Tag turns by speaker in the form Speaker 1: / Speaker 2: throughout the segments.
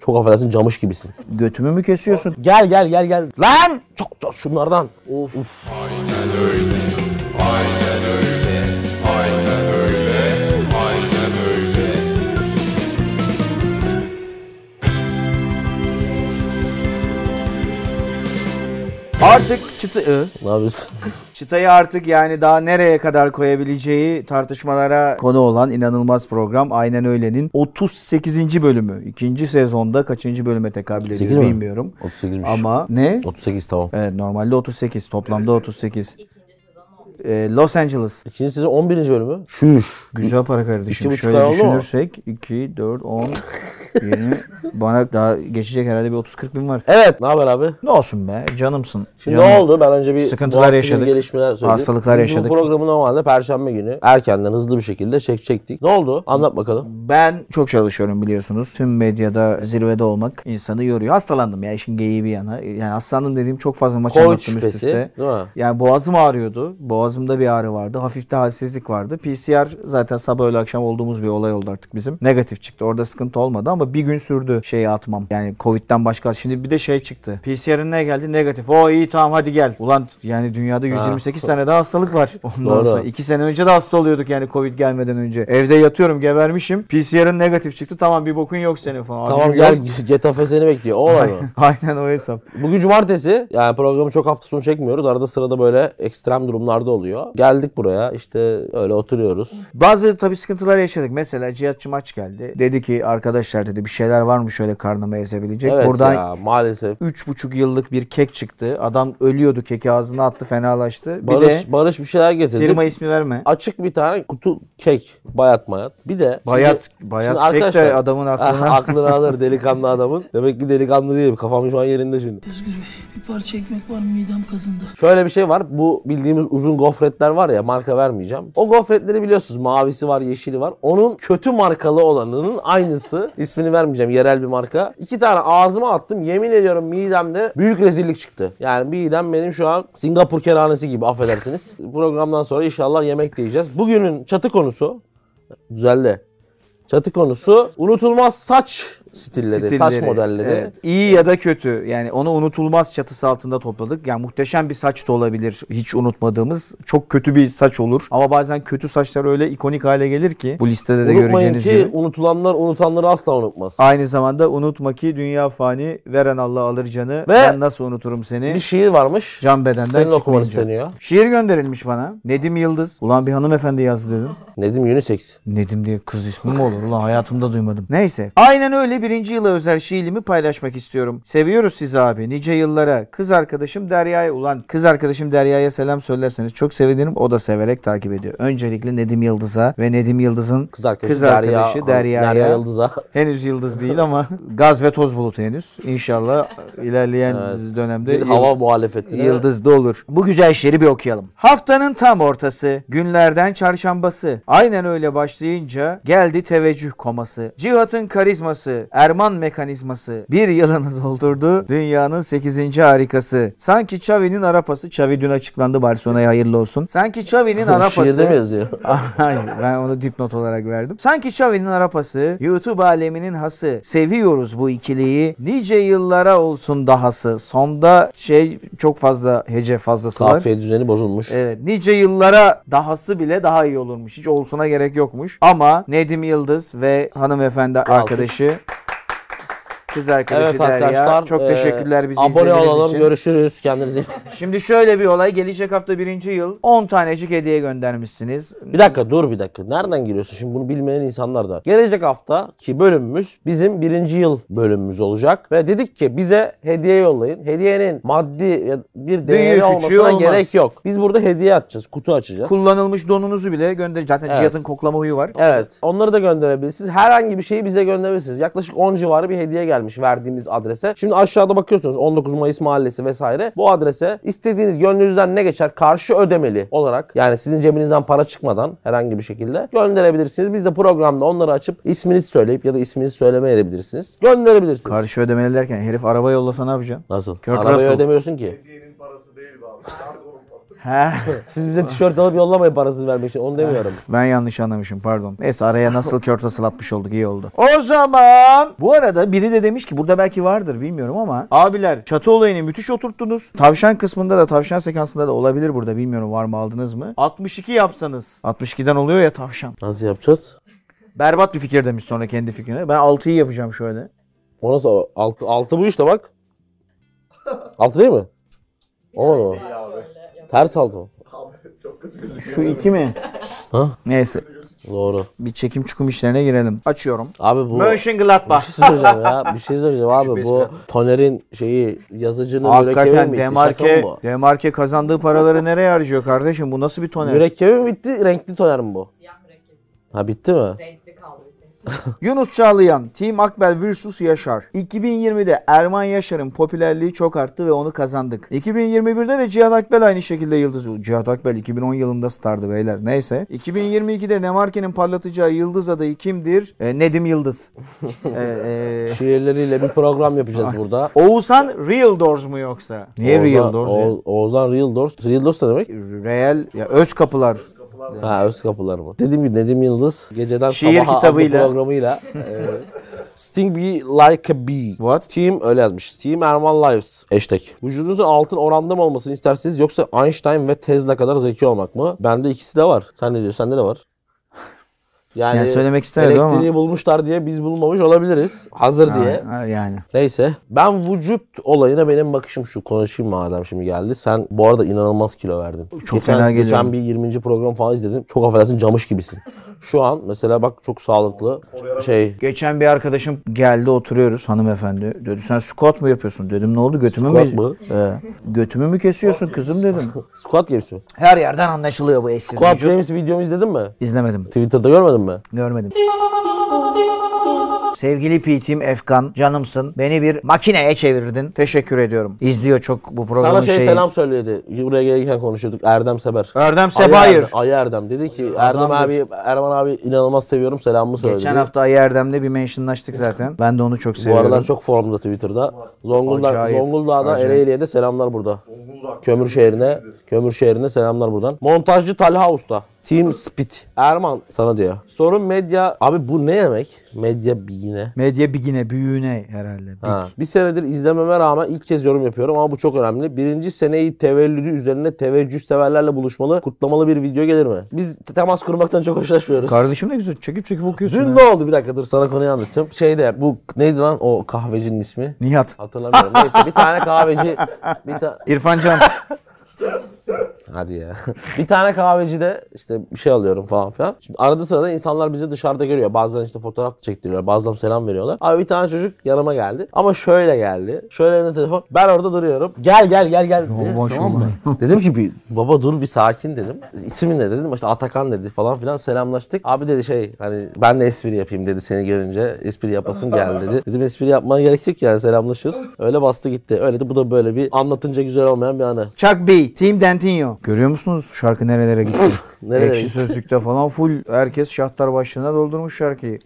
Speaker 1: Çok affedersin camış gibisin.
Speaker 2: Götümü mü kesiyorsun?
Speaker 1: Gel gel gel gel.
Speaker 2: Lan!
Speaker 1: Çok çok şunlardan. Of.
Speaker 2: Artık çıtı...
Speaker 1: Ne yapıyorsun?
Speaker 2: Çıtayı artık yani daha nereye kadar koyabileceği tartışmalara konu olan inanılmaz program Aynen Öyle'nin 38. bölümü. ikinci sezonda kaçıncı bölüme tekabül ediyor
Speaker 1: 38 mi?
Speaker 2: bilmiyorum.
Speaker 1: 38'miş.
Speaker 2: Ama ne?
Speaker 1: 38 tamam.
Speaker 2: Evet normalde 38 toplamda 38. Ee, Los Angeles.
Speaker 1: İkinci sezon 11. bölümü. Şuş.
Speaker 2: Güzel para kardeşim.
Speaker 1: İki buçuk ay
Speaker 2: Şöyle
Speaker 1: oldu mu?
Speaker 2: düşünürsek 2, 4, 10, 20. Bana daha geçecek herhalde bir 30-40 bin var.
Speaker 1: Evet. Ne haber abi?
Speaker 2: Ne olsun be canımsın.
Speaker 1: Şimdi
Speaker 2: Canım.
Speaker 1: ne oldu? Ben önce bir
Speaker 2: Sıkıntılar
Speaker 1: bu haftaki
Speaker 2: yaşadık.
Speaker 1: gelişmeler söyleyeyim.
Speaker 2: Hastalıklar
Speaker 1: Biz bu
Speaker 2: yaşadık.
Speaker 1: programı normalde perşembe günü erkenden hızlı bir şekilde çek çektik. Ne oldu? Anlat bakalım.
Speaker 2: Ben çok çalışıyorum biliyorsunuz. Tüm medyada zirvede olmak insanı yoruyor. Hastalandım ya işin geyiği bir yana. Yani hastalandım dediğim çok fazla maç
Speaker 1: Covid
Speaker 2: anlattım üst
Speaker 1: şüphesi,
Speaker 2: üste.
Speaker 1: değil mi?
Speaker 2: Yani boğazım ağrıyordu. Boğazımda bir ağrı vardı. Hafif de halsizlik vardı. PCR zaten sabah öğle akşam olduğumuz bir olay oldu artık bizim. Negatif çıktı. Orada sıkıntı olmadı ama bir gün sürdü şeyi atmam. Yani Covid'den başka. Şimdi bir de şey çıktı. PCR'ın ne geldi? Negatif. O iyi tamam hadi gel. Ulan yani dünyada 128 tane daha hastalık var. Ondan
Speaker 1: Doğru.
Speaker 2: sonra İki sene önce de hasta oluyorduk yani Covid gelmeden önce. Evde yatıyorum gebermişim. PCR'ın negatif çıktı. Tamam bir bokun yok senin falan.
Speaker 1: Tamam
Speaker 2: Abicim
Speaker 1: gel
Speaker 2: yok.
Speaker 1: Getafe seni bekliyor. O olay mı?
Speaker 2: Aynen o hesap.
Speaker 1: Bugün cumartesi. Yani programı çok hafta sonu çekmiyoruz. Arada sırada böyle ekstrem durumlarda oluyor. Geldik buraya işte öyle oturuyoruz.
Speaker 2: Bazı tabii sıkıntılar yaşadık. Mesela Cihatçı maç geldi. Dedi ki arkadaşlar dedi bir şeyler var mı şöyle karnıma ezebilecek.
Speaker 1: Evet
Speaker 2: Buradan
Speaker 1: ya maalesef.
Speaker 2: üç buçuk yıllık bir kek çıktı. Adam ölüyordu keki ağzına attı fenalaştı. Bir
Speaker 1: Barış,
Speaker 2: de
Speaker 1: Barış bir şeyler getirdi.
Speaker 2: firma ismi verme.
Speaker 1: Açık bir tane kutu kek bayat mayat. Bir de
Speaker 2: Bayat- bayat kek de
Speaker 1: arkadaşlar-
Speaker 2: adamın aklına-
Speaker 1: Ah, aklını alır delikanlı adamın. Demek ki delikanlı değilim. Kafam şu an yerinde şimdi.
Speaker 3: Özgür Bey bir parça ekmek var mı midem kazındı.
Speaker 1: Şöyle bir şey var. Bu bildiğimiz uzun gofretler var ya marka vermeyeceğim. O gofretleri biliyorsunuz. Mavisi var, yeşili var. Onun kötü markalı olanının aynısı. ismini vermeyeceğim. Yerel bir marka. İki tane ağzıma attım. Yemin ediyorum midemde büyük rezillik çıktı. Yani midem benim şu an Singapur kerhanesi gibi affedersiniz. Programdan sonra inşallah yemek de yiyeceğiz. Bugünün çatı konusu düzeldi. Çatı konusu unutulmaz saç stilleri, saç
Speaker 2: Stilleri.
Speaker 1: modelleri.
Speaker 2: Evet. İyi ya da kötü. Yani onu unutulmaz çatısı altında topladık. Yani muhteşem bir saç da olabilir. Hiç unutmadığımız. Çok kötü bir saç olur. Ama bazen kötü saçlar öyle ikonik hale gelir ki bu listede de
Speaker 1: Unutmayın
Speaker 2: göreceğiniz
Speaker 1: ki
Speaker 2: gibi.
Speaker 1: unutulanlar unutanları asla unutmaz.
Speaker 2: Aynı zamanda unutma ki dünya fani veren Allah alır canı. ben nasıl unuturum seni?
Speaker 1: Bir şiir varmış.
Speaker 2: Can bedenden
Speaker 1: Senin okumanı
Speaker 2: çıkmayınca.
Speaker 1: isteniyor.
Speaker 2: Şiir gönderilmiş bana. Nedim Yıldız. Ulan bir hanımefendi yazdı dedim.
Speaker 1: Nedim unisex.
Speaker 2: Nedim diye kız ismi mi olur? Ulan hayatımda duymadım. Neyse. Aynen öyle birinci yıla özel şiirimi paylaşmak istiyorum. Seviyoruz sizi abi. Nice yıllara. Kız arkadaşım Derya'ya. Ulan kız arkadaşım Derya'ya selam söylerseniz çok sevinirim. O da severek takip ediyor. Öncelikle Nedim Yıldız'a ve Nedim Yıldız'ın
Speaker 1: Kız arkadaşı,
Speaker 2: kız arkadaşı Derya'ya.
Speaker 1: Derya Yıldız'a.
Speaker 2: Henüz yıldız değil ama gaz ve toz bulutu henüz. İnşallah ilerleyen dönemde
Speaker 1: Bir
Speaker 2: yıl-
Speaker 1: hava muhalefetine.
Speaker 2: Yıldız da olur. Bu güzel şiiri bir okuyalım. Haftanın tam ortası, günlerden çarşambası. Aynen öyle başlayınca geldi teveccüh koması. Cihat'ın karizması, Erman mekanizması. Bir yılını doldurdu dünyanın 8. harikası. Sanki Xavi'nin arapası. Xavi dün açıklandı Barcelona'ya hayırlı olsun. Sanki Xavi'nin arapası.
Speaker 1: Şiirde mi yazıyor?
Speaker 2: Hayır ben onu dipnot olarak verdim. Sanki Xavi'nin arapası, YouTube aleminin hası. Seviyoruz bu ikiliyi. Nice yıllara olsun dahası. Sonda şey çok fazla hece fazlası var.
Speaker 1: Kafiye düzeni bozulmuş.
Speaker 2: Evet nice yıllara dahası bile daha iyi olurmuş. Hiç olsuna gerek yokmuş. Ama Nedim Yıldız ve hanımefendi arkadaşı kız arkadaşı
Speaker 1: Evet
Speaker 2: Derya.
Speaker 1: arkadaşlar.
Speaker 2: Çok
Speaker 1: e,
Speaker 2: teşekkürler bizi
Speaker 1: Abone
Speaker 2: izlediğiniz
Speaker 1: olalım.
Speaker 2: için.
Speaker 1: Görüşürüz. Kendinize iyi bakın.
Speaker 2: Şimdi şöyle bir olay. Gelecek hafta birinci yıl 10 tanecik hediye göndermişsiniz.
Speaker 1: Bir dakika dur bir dakika. Nereden giriyorsun? Şimdi bunu bilmeyen insanlar da. Gelecek haftaki bölümümüz bizim birinci yıl bölümümüz olacak. Ve dedik ki bize hediye yollayın. Hediyenin maddi ya da bir değeri
Speaker 2: Büyük, küçüğü
Speaker 1: olmasına
Speaker 2: olmaz.
Speaker 1: gerek yok. Biz burada hediye açacağız. Kutu açacağız.
Speaker 2: Kullanılmış donunuzu bile gönder. Zaten
Speaker 1: Evet.
Speaker 2: Cihat'ın koklama huyu var.
Speaker 1: Evet. Onları da gönderebilirsiniz. Herhangi bir şeyi bize gönderebilirsiniz. Yaklaşık 10 civarı bir hediye gelmiş verdiğimiz adrese. Şimdi aşağıda bakıyorsunuz 19 Mayıs Mahallesi vesaire. Bu adrese istediğiniz gönlünüzden ne geçer karşı ödemeli olarak yani sizin cebinizden para çıkmadan herhangi bir şekilde gönderebilirsiniz. Biz de programda onları açıp isminizi söyleyip ya da isminizi söylemeyebilirsiniz. Gönderebilirsiniz.
Speaker 2: Karşı ödemeler derken herif araba yollasa ne yapacaksın?
Speaker 1: Nasıl?
Speaker 2: Kurt
Speaker 1: Arabayı
Speaker 2: Russell.
Speaker 1: ödemiyorsun ki.
Speaker 4: Hediyenin parası değil be abi. Kargonun parası.
Speaker 2: He.
Speaker 1: Siz bize tişört alıp yollamayın parasını vermek için onu demiyorum.
Speaker 2: Ben yanlış anlamışım pardon. Neyse araya nasıl körtasıl atmış olduk iyi oldu. O zaman bu arada biri de demiş ki burada belki vardır bilmiyorum ama abiler çatı olayını müthiş oturttunuz. Tavşan kısmında da tavşan sekansında da olabilir burada bilmiyorum var mı aldınız mı? 62 yapsanız. 62'den oluyor ya tavşan.
Speaker 1: Nasıl yapacağız?
Speaker 2: Berbat bir fikir demiş sonra kendi fikrine. Ben 6'yı yapacağım şöyle.
Speaker 1: O nasıl? Altı, altı bu işte bak. Altı değil mi? Olmadı mı? Ters altı mı?
Speaker 2: Şu 2 mi?
Speaker 1: Ha?
Speaker 2: Neyse
Speaker 1: Doğru.
Speaker 2: bir çekim çukum işlerine girelim. Açıyorum.
Speaker 1: Abi bu... Bir
Speaker 2: Mönchengladbach.
Speaker 1: şey söyleyeceğim ya. Bir şey söyleyeceğim abi. Bu
Speaker 2: espri.
Speaker 1: Toner'in şeyi yazıcının mürekkebi mi
Speaker 2: Hakikaten
Speaker 1: bitti? Şaka mı
Speaker 2: Demarke,
Speaker 1: bu?
Speaker 2: Demarke kazandığı paraları nereye harcıyor kardeşim? Bu nasıl bir toner?
Speaker 1: Mürekkebi mi bitti? Renkli Toner mi bu?
Speaker 4: Siyah mürekkebi.
Speaker 1: Ha bitti mi?
Speaker 4: Renkli kaldı. bir tek.
Speaker 2: Yunus Çağlayan, Team Akbel vs Yaşar. 2020'de Erman Yaşar'ın popülerliği çok arttı ve onu kazandık. 2021'de de Cihat Akbel aynı şekilde yıldız oldu. Cihat Akbel 2010 yılında stardı beyler. Neyse. 2022'de Nemarke'nin parlatacağı yıldız adayı kimdir? E, Nedim Yıldız. E, e,
Speaker 1: Şiirleriyle bir program yapacağız burada.
Speaker 2: Oğuzhan Real Doors mu yoksa? Niye
Speaker 1: Oğuzhan-
Speaker 2: Real Doors? ya?
Speaker 1: Oğuz- Oğuzhan Real Doors. Real Doors ne demek?
Speaker 2: Real, ya öz kapılar.
Speaker 1: Ha öz kapılar mı? Dediğim gibi Nedim Yıldız geceden
Speaker 2: Şiir
Speaker 1: sabaha adlı
Speaker 2: kitabıyla.
Speaker 1: programıyla. e, Sting be like a bee.
Speaker 2: What?
Speaker 1: Team öyle yazmış. Team Erman Lives. Hashtag. Vücudunuzun altın oranda mı olmasını istersiniz yoksa Einstein ve Tesla kadar zeki olmak mı? Bende ikisi de var. Sen ne diyorsun? Sende de var. Yani,
Speaker 2: Yani söylemek isterdim ama-
Speaker 1: elektriği bulmuşlar diye biz bulmamış olabiliriz. Hazır diye.
Speaker 2: Ha, ha, yani.
Speaker 1: Neyse ben vücut olayına benim bakışım şu konuşayım madem şimdi geldi. Sen bu arada inanılmaz kilo verdin.
Speaker 2: Çok fena geliyor.
Speaker 1: Geçen bir 20. program falan izledim. Çok affedersin camış gibisin. Şu an mesela bak çok sağlıklı şey
Speaker 2: Geçen bir arkadaşım geldi oturuyoruz hanımefendi. Dedi sen squat mı yapıyorsun? Dedim ne oldu götümü
Speaker 1: Squat
Speaker 2: mü?
Speaker 1: mı?
Speaker 2: Ee, götümü mü kesiyorsun kızım dedim.
Speaker 1: squat games mi?
Speaker 2: Her yerden anlaşılıyor bu eşsiz
Speaker 1: Squat
Speaker 2: vücut.
Speaker 1: games videomu izledin mi?
Speaker 2: İzlemedim.
Speaker 1: Twitter'da görmedin mi?
Speaker 2: Görmedim. Sevgili PT'm Efkan, canımsın. Beni bir makineye çevirdin. Teşekkür ediyorum. İzliyor çok bu programın
Speaker 1: Sana şey
Speaker 2: şeyi.
Speaker 1: selam söyledi. Buraya gelirken konuşuyorduk. Erdem Seber.
Speaker 2: Erdem
Speaker 1: Ayı
Speaker 2: Sebayır.
Speaker 1: Erdem- Ayı Erdem dedi ki Erdem abi Erman abi inanılmaz seviyorum selamımı söyledi.
Speaker 2: Geçen hafta Ayı Erdem'le bir mentionlaştık zaten. Ben de onu çok
Speaker 1: Bu
Speaker 2: seviyorum.
Speaker 1: aralar çok formda Twitter'da. Zonguldak,
Speaker 2: Acayip.
Speaker 1: Zonguldak'dan
Speaker 2: Acayip.
Speaker 1: Ereğli'ye de selamlar burada. Kömür şehrine, kömür şehrine selamlar buradan. Montajcı Talha Usta. Team Spit. Erman sana diyor. Sorun medya. Abi bu ne demek? Medya bilgine.
Speaker 2: Medya bigine, büyüğüne herhalde.
Speaker 1: Ha. Bir senedir izlememe rağmen ilk kez yorum yapıyorum ama bu çok önemli. Birinci seneyi tevellüdü üzerine teveccüh severlerle buluşmalı, kutlamalı bir video gelir mi? Biz temas kurmaktan çok hoşlaşmıyoruz.
Speaker 2: Kardeşim ne güzel çekip çekip okuyorsun.
Speaker 1: Dün
Speaker 2: ha.
Speaker 1: ne oldu? Bir dakika dur sana konuyu anlatacağım. Şeyde bu neydi lan o kahvecinin ismi?
Speaker 2: Nihat.
Speaker 1: Hatırlamıyorum. Neyse bir tane kahveci bir ta-
Speaker 2: İrfan Can.
Speaker 1: hadi ya. bir tane kahvecide işte bir şey alıyorum falan filan. Şimdi arada sırada insanlar bizi dışarıda görüyor. Bazen işte fotoğraf da çektiriyorlar. Bazen selam veriyorlar. Abi bir tane çocuk yanıma geldi. Ama şöyle geldi. Şöyle elinde telefon. Ben orada duruyorum. Gel gel gel gel. dedi,
Speaker 2: vay
Speaker 1: tamam mı? dedim ki bir baba dur bir sakin dedim. İsmin ne dedim. İşte Atakan dedi falan filan selamlaştık. Abi dedi şey hani ben de espri yapayım dedi seni görünce. Espri yapasın geldi dedi. Dedim espri yapmana gerek yok yani selamlaşıyoruz. Öyle bastı gitti. Öyle de bu da böyle bir anlatınca güzel olmayan bir anı.
Speaker 2: Chuck B. Team Dentinho. Görüyor musunuz şarkı nerelere gitti?
Speaker 1: Nerelere
Speaker 2: Ekşi
Speaker 1: gitti?
Speaker 2: Sözlük'te falan full herkes şahtar başlığına doldurmuş şarkıyı.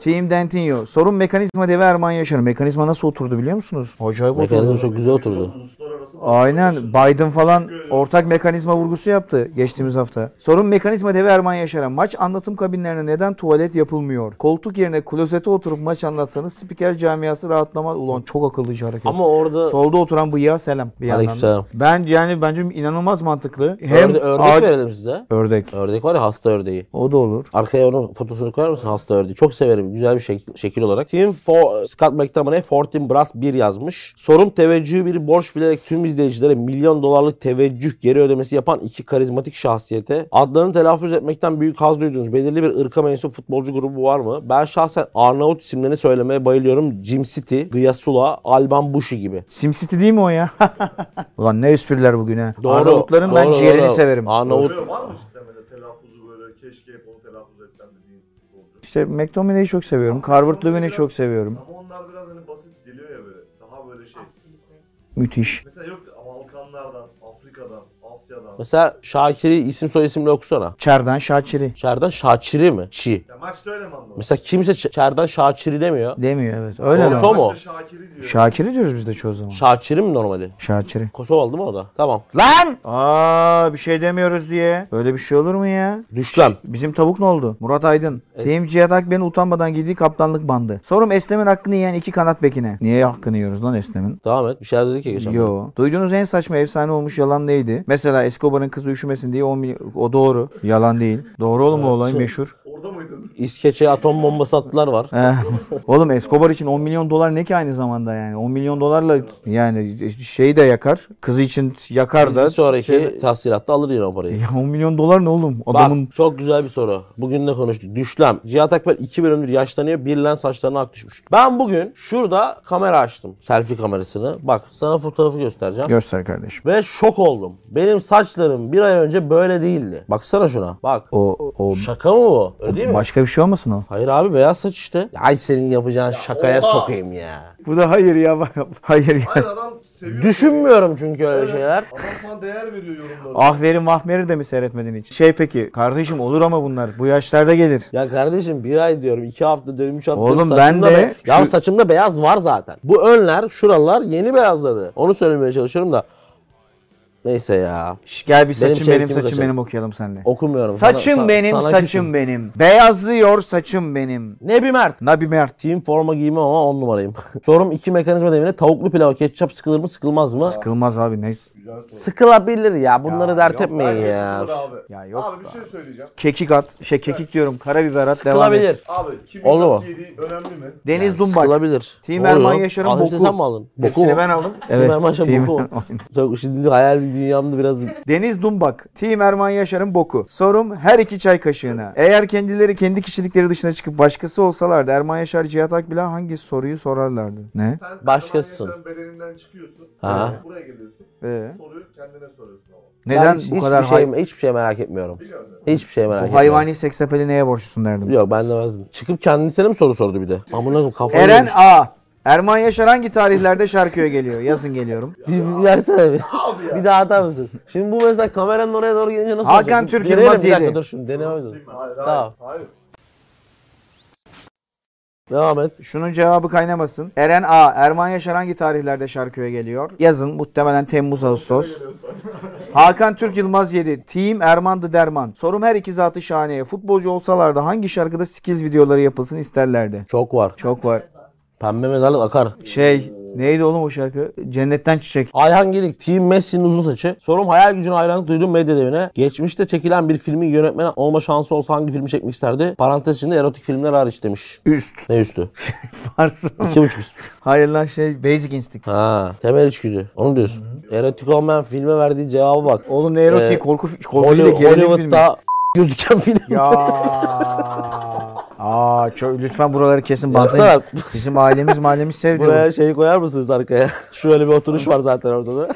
Speaker 2: Team Dentinho. Sorun mekanizma devi Erman Yaşar. Mekanizma nasıl oturdu biliyor musunuz? Acayip
Speaker 1: Mekanizm
Speaker 2: oturdu.
Speaker 1: çok güzel oturdu.
Speaker 2: Aynen. Biden falan ortak mekanizma vurgusu yaptı geçtiğimiz hafta. Sorun mekanizma devi Erman Yaşar'a. Maç anlatım kabinlerine neden tuvalet yapılmıyor? Koltuk yerine klozete oturup maç anlatsanız spiker camiası rahatlamaz. Ulan çok akıllıca hareket.
Speaker 1: Ama orada
Speaker 2: Solda oturan bıyığa selam bir yandan. da.
Speaker 1: Aleykümselam.
Speaker 2: Ben yani bence inanılmaz mantıklı.
Speaker 1: Örde- ördek
Speaker 2: ağaç-
Speaker 1: verelim size.
Speaker 2: Ördek.
Speaker 1: Ördek var ya hasta ördeği.
Speaker 2: O da olur.
Speaker 1: Arkaya onun fotosunu koyar mısın hasta ördeği? Çok severim. Güzel bir şekil, şekil olarak. Tim Fo Scott McTominay 14 Brass 1 yazmış. Sorun teveccühü bir borç bilerek tüm izleyicilere milyon dolarlık teveccüh geri ödemesi yapan iki karizmatik şahsiyete. Adlarını telaffuz etmekten büyük haz duydunuz. Belirli bir ırka mensup futbolcu grubu var mı? Ben şahsen Arnavut isimlerini söylemeye bayılıyorum. Jim City, Gıyasula, Alban Bushi gibi.
Speaker 2: SimCity değil mi o ya? Ulan ne espriler bugün ha.
Speaker 1: Doğru,
Speaker 2: Arnavutların ben
Speaker 1: doğru,
Speaker 2: ciğerini
Speaker 1: doğru.
Speaker 2: severim.
Speaker 1: Arnavut
Speaker 5: Var mı sistemde telaffuzu böyle keşke hep onu telaffuz etsem dediğin futbolcu?
Speaker 2: İşte McTominay'i çok seviyorum. Carvert Lewin'i çok seviyorum.
Speaker 5: Ama onlar biraz hani basit geliyor ya böyle. Daha böyle şey.
Speaker 2: Müthiş.
Speaker 5: Mesela yok Balkanlardan, Afrika'dan, Asya'dan.
Speaker 1: Mesela Şakir'i isim soy isimle okusana.
Speaker 2: Çerdan Şaçiri.
Speaker 1: Çerdan Şaçiri mi? Çi.
Speaker 5: Ya maçta öyle mi anladın?
Speaker 1: Mesela kimse Ç- Çerdan Şaçiri demiyor.
Speaker 2: Demiyor evet. Öyle
Speaker 1: Doğru,
Speaker 2: lan.
Speaker 1: son-
Speaker 5: Maçta Şakir'i diyor.
Speaker 2: Şakiri diyoruz biz de çoğu zaman.
Speaker 1: Şaçiri mi normali?
Speaker 2: Şaçiri.
Speaker 1: Kosovalı değil mi o da? Tamam.
Speaker 2: Lan! Aa bir şey demiyoruz diye. Böyle bir şey olur mu ya?
Speaker 1: Düşlem.
Speaker 2: Bizim tavuk ne oldu? Murat Aydın. Team Cihat Akben'in utanmadan giydiği kaptanlık bandı. Sorum Eslem'in hakkını yiyen iki kanat bekine. Niye hakkını yiyoruz lan Eslem'in?
Speaker 1: Devam et. Bir şeyler dedik ya geçen.
Speaker 2: Yo. Duyduğunuz en saçma efsane olmuş yalan neydi? Mesela Escobar'ın kızı üşümesin diye 10 milyon... O doğru. Yalan değil. Doğru oğlum o olay
Speaker 1: Şey-
Speaker 2: meşhur.
Speaker 5: Orada mıydın?
Speaker 1: İskeçe'ye atom bombası attılar var.
Speaker 2: Eh, oğlum Escobar için 10 milyon dolar ne ki aynı zamanda yani? 10 milyon dolarla yani şeyi de yakar. Kızı için yakar da.
Speaker 1: Bir sonraki
Speaker 2: Şey-
Speaker 1: tahsilatta alır yine o parayı.
Speaker 2: Ya 10 milyon dolar ne oğlum?
Speaker 1: Bak
Speaker 2: Adamın
Speaker 1: çok güzel bir soru. Bugün ne konuştuk? Düşlem. Cihat Akbel 2 bölümdür yaşlanıyor. Bir lan saçlarına ak düşmüş. Ben bugün şurada kamera açtım. Selfie kamerasını. Bak sana fotoğrafı göstereceğim.
Speaker 2: göster kardeşim.
Speaker 1: Ve şok oldum. Benim saçlarım bir ay önce böyle değildi. Baksana şuna. Bak.
Speaker 2: O o
Speaker 1: Şaka mı bu? Öyle değil mi?
Speaker 2: başka bir şey olmasın o?
Speaker 1: Hayır abi beyaz saç işte. Ay senin yapacağın şakaya
Speaker 5: oha.
Speaker 1: sokayım ya.
Speaker 2: Bu da hayır ya. hayır ya.
Speaker 5: Hayır adam seviyor.
Speaker 1: Düşünmüyorum çünkü öyle
Speaker 5: Evet.
Speaker 1: şeyler.
Speaker 5: Adam sana değer veriyor yorumlarına.
Speaker 2: Ahveri mahveri ah de mi seyretmedin hiç? Şey peki kardeşim olur ama bunlar bu yaşlarda gelir.
Speaker 1: Ya kardeşim bir ay diyorum, iki hafta diyorum, üç hafta
Speaker 2: Oğlum
Speaker 1: diyorum.
Speaker 2: ben
Speaker 1: Saçımda
Speaker 2: de
Speaker 1: Ya
Speaker 2: şu-
Speaker 1: saçımda beyaz var zaten. Bu önler, şuralar yeni beyazladı. Onu söylemeye çalışıyorum da. Neyse ya.
Speaker 2: Şş, gel bir saçım benim,
Speaker 1: şevkim
Speaker 2: saçım
Speaker 1: kaçar.
Speaker 2: benim okuyalım seninle.
Speaker 1: Okumuyorum. Sana-
Speaker 2: Saçım
Speaker 1: sa-
Speaker 2: benim
Speaker 1: sana
Speaker 2: saçım
Speaker 1: küsüm.
Speaker 2: benim. Beyazlıyor saçım benim.
Speaker 1: Ne bir Mert.
Speaker 2: Nabi Mert.
Speaker 1: Team forma giymem ama on numarayım. Sorum iki mekanizma devine tavuklu pilava ketçap sıkılır mı sıkılmaz mı?
Speaker 2: Sıkılmaz abi ne?
Speaker 5: Güzel soru.
Speaker 1: Sıkılabilir ya. Bunları
Speaker 2: Ya,
Speaker 1: dert
Speaker 2: yok,
Speaker 1: etmeyin
Speaker 5: Bence
Speaker 1: ya.
Speaker 5: sıkılır Abi.
Speaker 2: Ya yok
Speaker 5: abi bir
Speaker 2: be.
Speaker 5: şey söyleyeceğim.
Speaker 2: Kekik at. Şey kekik diyorum. Karabiber at devam et.
Speaker 1: Sıkılabilir.
Speaker 5: Abi kimin
Speaker 1: Olur mu?
Speaker 5: nasıl yediği önemli mi?
Speaker 2: Deniz
Speaker 1: Yani
Speaker 2: Dumbak.
Speaker 1: Sıkılabilir.
Speaker 2: Team
Speaker 1: Ne oluyor?
Speaker 2: Erman Yaşar'ın
Speaker 1: Al, hepsini
Speaker 2: boku.
Speaker 1: sen mi aldın? Boku
Speaker 2: Hepsini
Speaker 1: mu?
Speaker 2: ben aldım.
Speaker 1: Team Erman Yaşar'ın
Speaker 2: Team
Speaker 1: boku mu?
Speaker 2: Erman-
Speaker 1: Çok şimdi hayal dünyamda biraz
Speaker 2: Deniz Dumbak, Team Erman Yaşar'ın boku. Sorum her iki çay kaşığına. Eğer kendileri kendi kişilikleri dışına çıkıp başkası olsalardı Erman Yaşar, Cihat Akbil'e hangi soruyu sorarlardı? Ne?
Speaker 5: Sen
Speaker 1: Başkasısın.
Speaker 5: Erman Yaşar'ın bedeninden çıkıyorsun.
Speaker 1: Ha.
Speaker 5: Buraya geliyorsun.
Speaker 2: Ee?
Speaker 5: Soruyu kendine soruyorsun ama.
Speaker 1: Ben
Speaker 2: Neden
Speaker 1: hiç-
Speaker 2: bu kadar
Speaker 1: hiçbir şey,
Speaker 2: hay-
Speaker 1: hiçbir şey merak etmiyorum.
Speaker 5: Biliyor musun?
Speaker 1: Hiçbir şey merak
Speaker 2: bu
Speaker 1: etmiyorum.
Speaker 2: hayvani seksapeli neye borçlusun derdim.
Speaker 1: Yok ben demezdim. Çıkıp kendisine mi soru sordu bir de? Amına koyayım kafayı
Speaker 2: Eren
Speaker 1: yemiş.
Speaker 2: A. Erman Yaşar hangi tarihlerde şarkıya geliyor? Yazın geliyorum.
Speaker 1: bir, bir versene bir.
Speaker 5: Abi ya.
Speaker 1: bir daha atar mısın? Şimdi bu mesela kameranın oraya doğru gelince nasıl
Speaker 2: Hakan
Speaker 1: olacak?
Speaker 2: Türk
Speaker 1: Deneyelim
Speaker 2: Yılmaz
Speaker 1: bir dakika
Speaker 2: yedi.
Speaker 1: dur şunu deneyelim.
Speaker 5: Hayır, hayır,
Speaker 1: Tamam.
Speaker 5: hayır.
Speaker 1: Devam et.
Speaker 2: Şunun cevabı kaynamasın. Eren A. Erman Yaşar hangi tarihlerde şarkıya geliyor? Yazın muhtemelen Temmuz Ağustos. Hakan Türk Yılmaz 7. Team Erman The Derman. Sorum her iki zatı şahaneye. Futbolcu olsalardı hangi şarkıda skills videoları yapılsın isterlerdi?
Speaker 1: Çok var.
Speaker 2: Çok var.
Speaker 1: Pembe mezarlık akar.
Speaker 2: Şey neydi oğlum o şarkı? Cennetten Çiçek.
Speaker 1: Ayhan Gedik, Team Messi'nin uzun saçı. Sorum hayal gücüne hayranlık duyduğum medya devine. Geçmişte çekilen bir filmin yönetmeni olma şansı olsa hangi filmi çekmek isterdi? Parantez içinde erotik filmler hariç demiş.
Speaker 2: Üst.
Speaker 1: Ne üstü?
Speaker 2: Var.
Speaker 1: İki buçuk üstü.
Speaker 2: Hayır lan şey Basic Instinct.
Speaker 1: Ha, temel içgüdü. Onu diyorsun. Erotik olmayan filme verdiği cevaba bak.
Speaker 2: Oğlum ne erotik
Speaker 1: Ee,
Speaker 2: korku, korku değil de
Speaker 1: Holly-
Speaker 2: gerilim filmi.
Speaker 1: Hollywood'da gözüken film.
Speaker 2: Ya. Aa, çok, lütfen buraları kesin bantlayın.
Speaker 1: Yapsana.
Speaker 2: Bizim ailemiz mahallemiz seyrediyor.
Speaker 1: Buraya şeyi koyar mısınız arkaya? Şöyle bir oturuş var zaten orada da.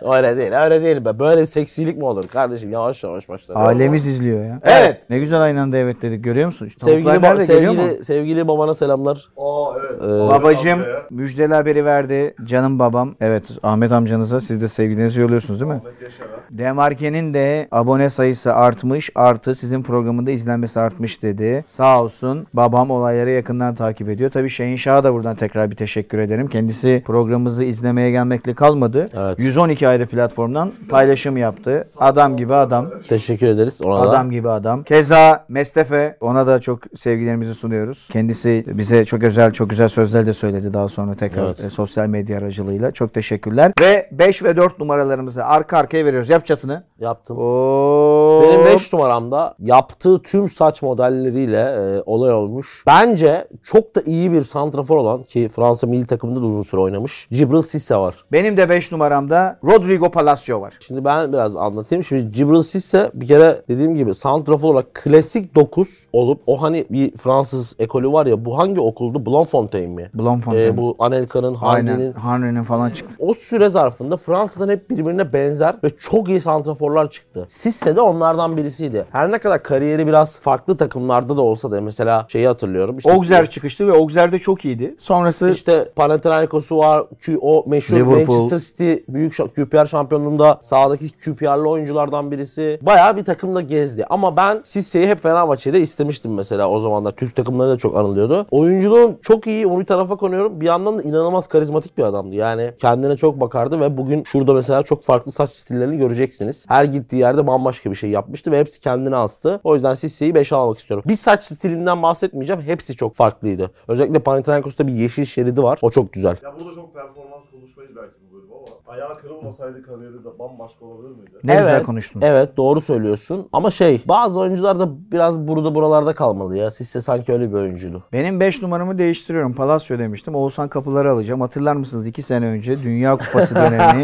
Speaker 1: öyle değil, öyle değil be. Böyle bir seksilik mi olur kardeşim? Yavaş yavaş başla.
Speaker 2: Ailemiz izliyor ya.
Speaker 1: Evet.
Speaker 2: Ne güzel aynı anda evet dedik görüyor musun? Şu
Speaker 1: Sevgili,
Speaker 2: tavuklar
Speaker 1: ba-
Speaker 2: nerede, görüyor musun?
Speaker 1: sevgili, sevgili babana selamlar.
Speaker 5: Aa
Speaker 1: Ee,
Speaker 5: evet.
Speaker 2: Babacım
Speaker 5: Ahmet amca
Speaker 2: müjdeli haberi verdi. Canım babam. Evet Ahmet amcanıza siz de sevgilerinizi yolluyorsunuz değil mi?
Speaker 5: ya, Yaşar'a.
Speaker 2: Demarke'nin de abone sayısı artmış artı sizin programında izlenmesi artmış dedi. Sağ olsun babam olayları yakından takip ediyor. Tabii Şahin Şah'a da buradan tekrar bir teşekkür ederim. Kendisi programımızı izlemeye gelmekle kalmadı.
Speaker 1: Evet.
Speaker 2: 112 ayrı platformdan paylaşım yaptı. Adam gibi adam.
Speaker 1: Teşekkür ederiz ona da.
Speaker 2: Adam gibi adam. Keza Mestefe ona da çok sevgilerimizi sunuyoruz. Kendisi bize çok özel çok güzel sözler de söyledi daha sonra tekrar
Speaker 1: Evet.
Speaker 2: e, sosyal medya aracılığıyla. Çok teşekkürler. Ve 5 ve 4 numaralarımızı arka arkaya veriyoruz. Yap çatını.
Speaker 1: Yaptım.
Speaker 2: Oo.
Speaker 1: Benim 5 numaramda yaptığı tüm saç modelleriyle e, olay olmuş. Bence çok da iyi bir santrafor olan ki Fransa milli takımında da uzun süre oynamış. Cibril Sisse var.
Speaker 2: Benim de 5 numaramda Rodrigo Palacio var.
Speaker 1: Şimdi ben biraz anlatayım. Şimdi Cibril Cisse bir kere dediğim gibi santrafor olarak klasik 9 olup o hani bir Fransız ekolü var ya bu hangi okuldu? Blomfontein mi?
Speaker 2: Blomfontein.
Speaker 1: Ee, bu Anelka'nın,
Speaker 2: Aynen.
Speaker 1: Hardy'nin.
Speaker 2: Henry'nin falan çıktı.
Speaker 1: O süre zarfında Fransa'dan hep birbirine benzer ve çok çok iyi santraforlar çıktı. Sisse de onlardan birisiydi. Her ne kadar kariyeri biraz farklı takımlarda da olsa da mesela şeyi hatırlıyorum. işte-
Speaker 2: Ogzer çıkıştı ve Ogzer de çok iyiydi. Sonrası
Speaker 1: İşte Panathinaikos'u var, Q- o meşhur
Speaker 2: Liverpool.
Speaker 1: Manchester City büyük şa- QPR şampiyonluğunda sahadaki QPR'lı oyunculardan birisi. Bayağı bir takımda gezdi. Ama ben Sisse'yi hep Fenerbahçe'de istemiştim mesela o zamanlar. Türk takımları da çok anılıyordu. Oyunculuğun çok iyi, onu bir tarafa konuyorum. Bir yandan da inanılmaz karizmatik bir adamdı. Yani kendine çok bakardı ve bugün şurada mesela çok farklı saç stillerini göreceksiniz. Her gittiği yerde bambaşka bir şey yapmıştı ve hepsi kendine astı. O yüzden Sisse'yi 5'e almak istiyorum. Bir saç stilinden bahsetmeyeceğim. Hepsi çok farklıydı. Özellikle Panathinaikos'ta bir yeşil şeridi var. O çok güzel.
Speaker 5: Ya burada çok performans konuşmayız belki bu bölüm ama ayağı kırılmasaydı kariyeri de bambaşka olabilir miydi?
Speaker 2: ne güzel
Speaker 1: Evet,
Speaker 2: konuştun.
Speaker 1: Evet doğru söylüyorsun. Ama şey bazı oyuncular da biraz burada buralarda kalmalı ya. Sisse sanki öyle bir oyuncuydu.
Speaker 2: Benim 5 numaramı değiştiriyorum. Palacio demiştim. Oğuzhan Kapılar'ı alacağım. Hatırlar mısınız 2 sene önce Dünya Kupası dönemi.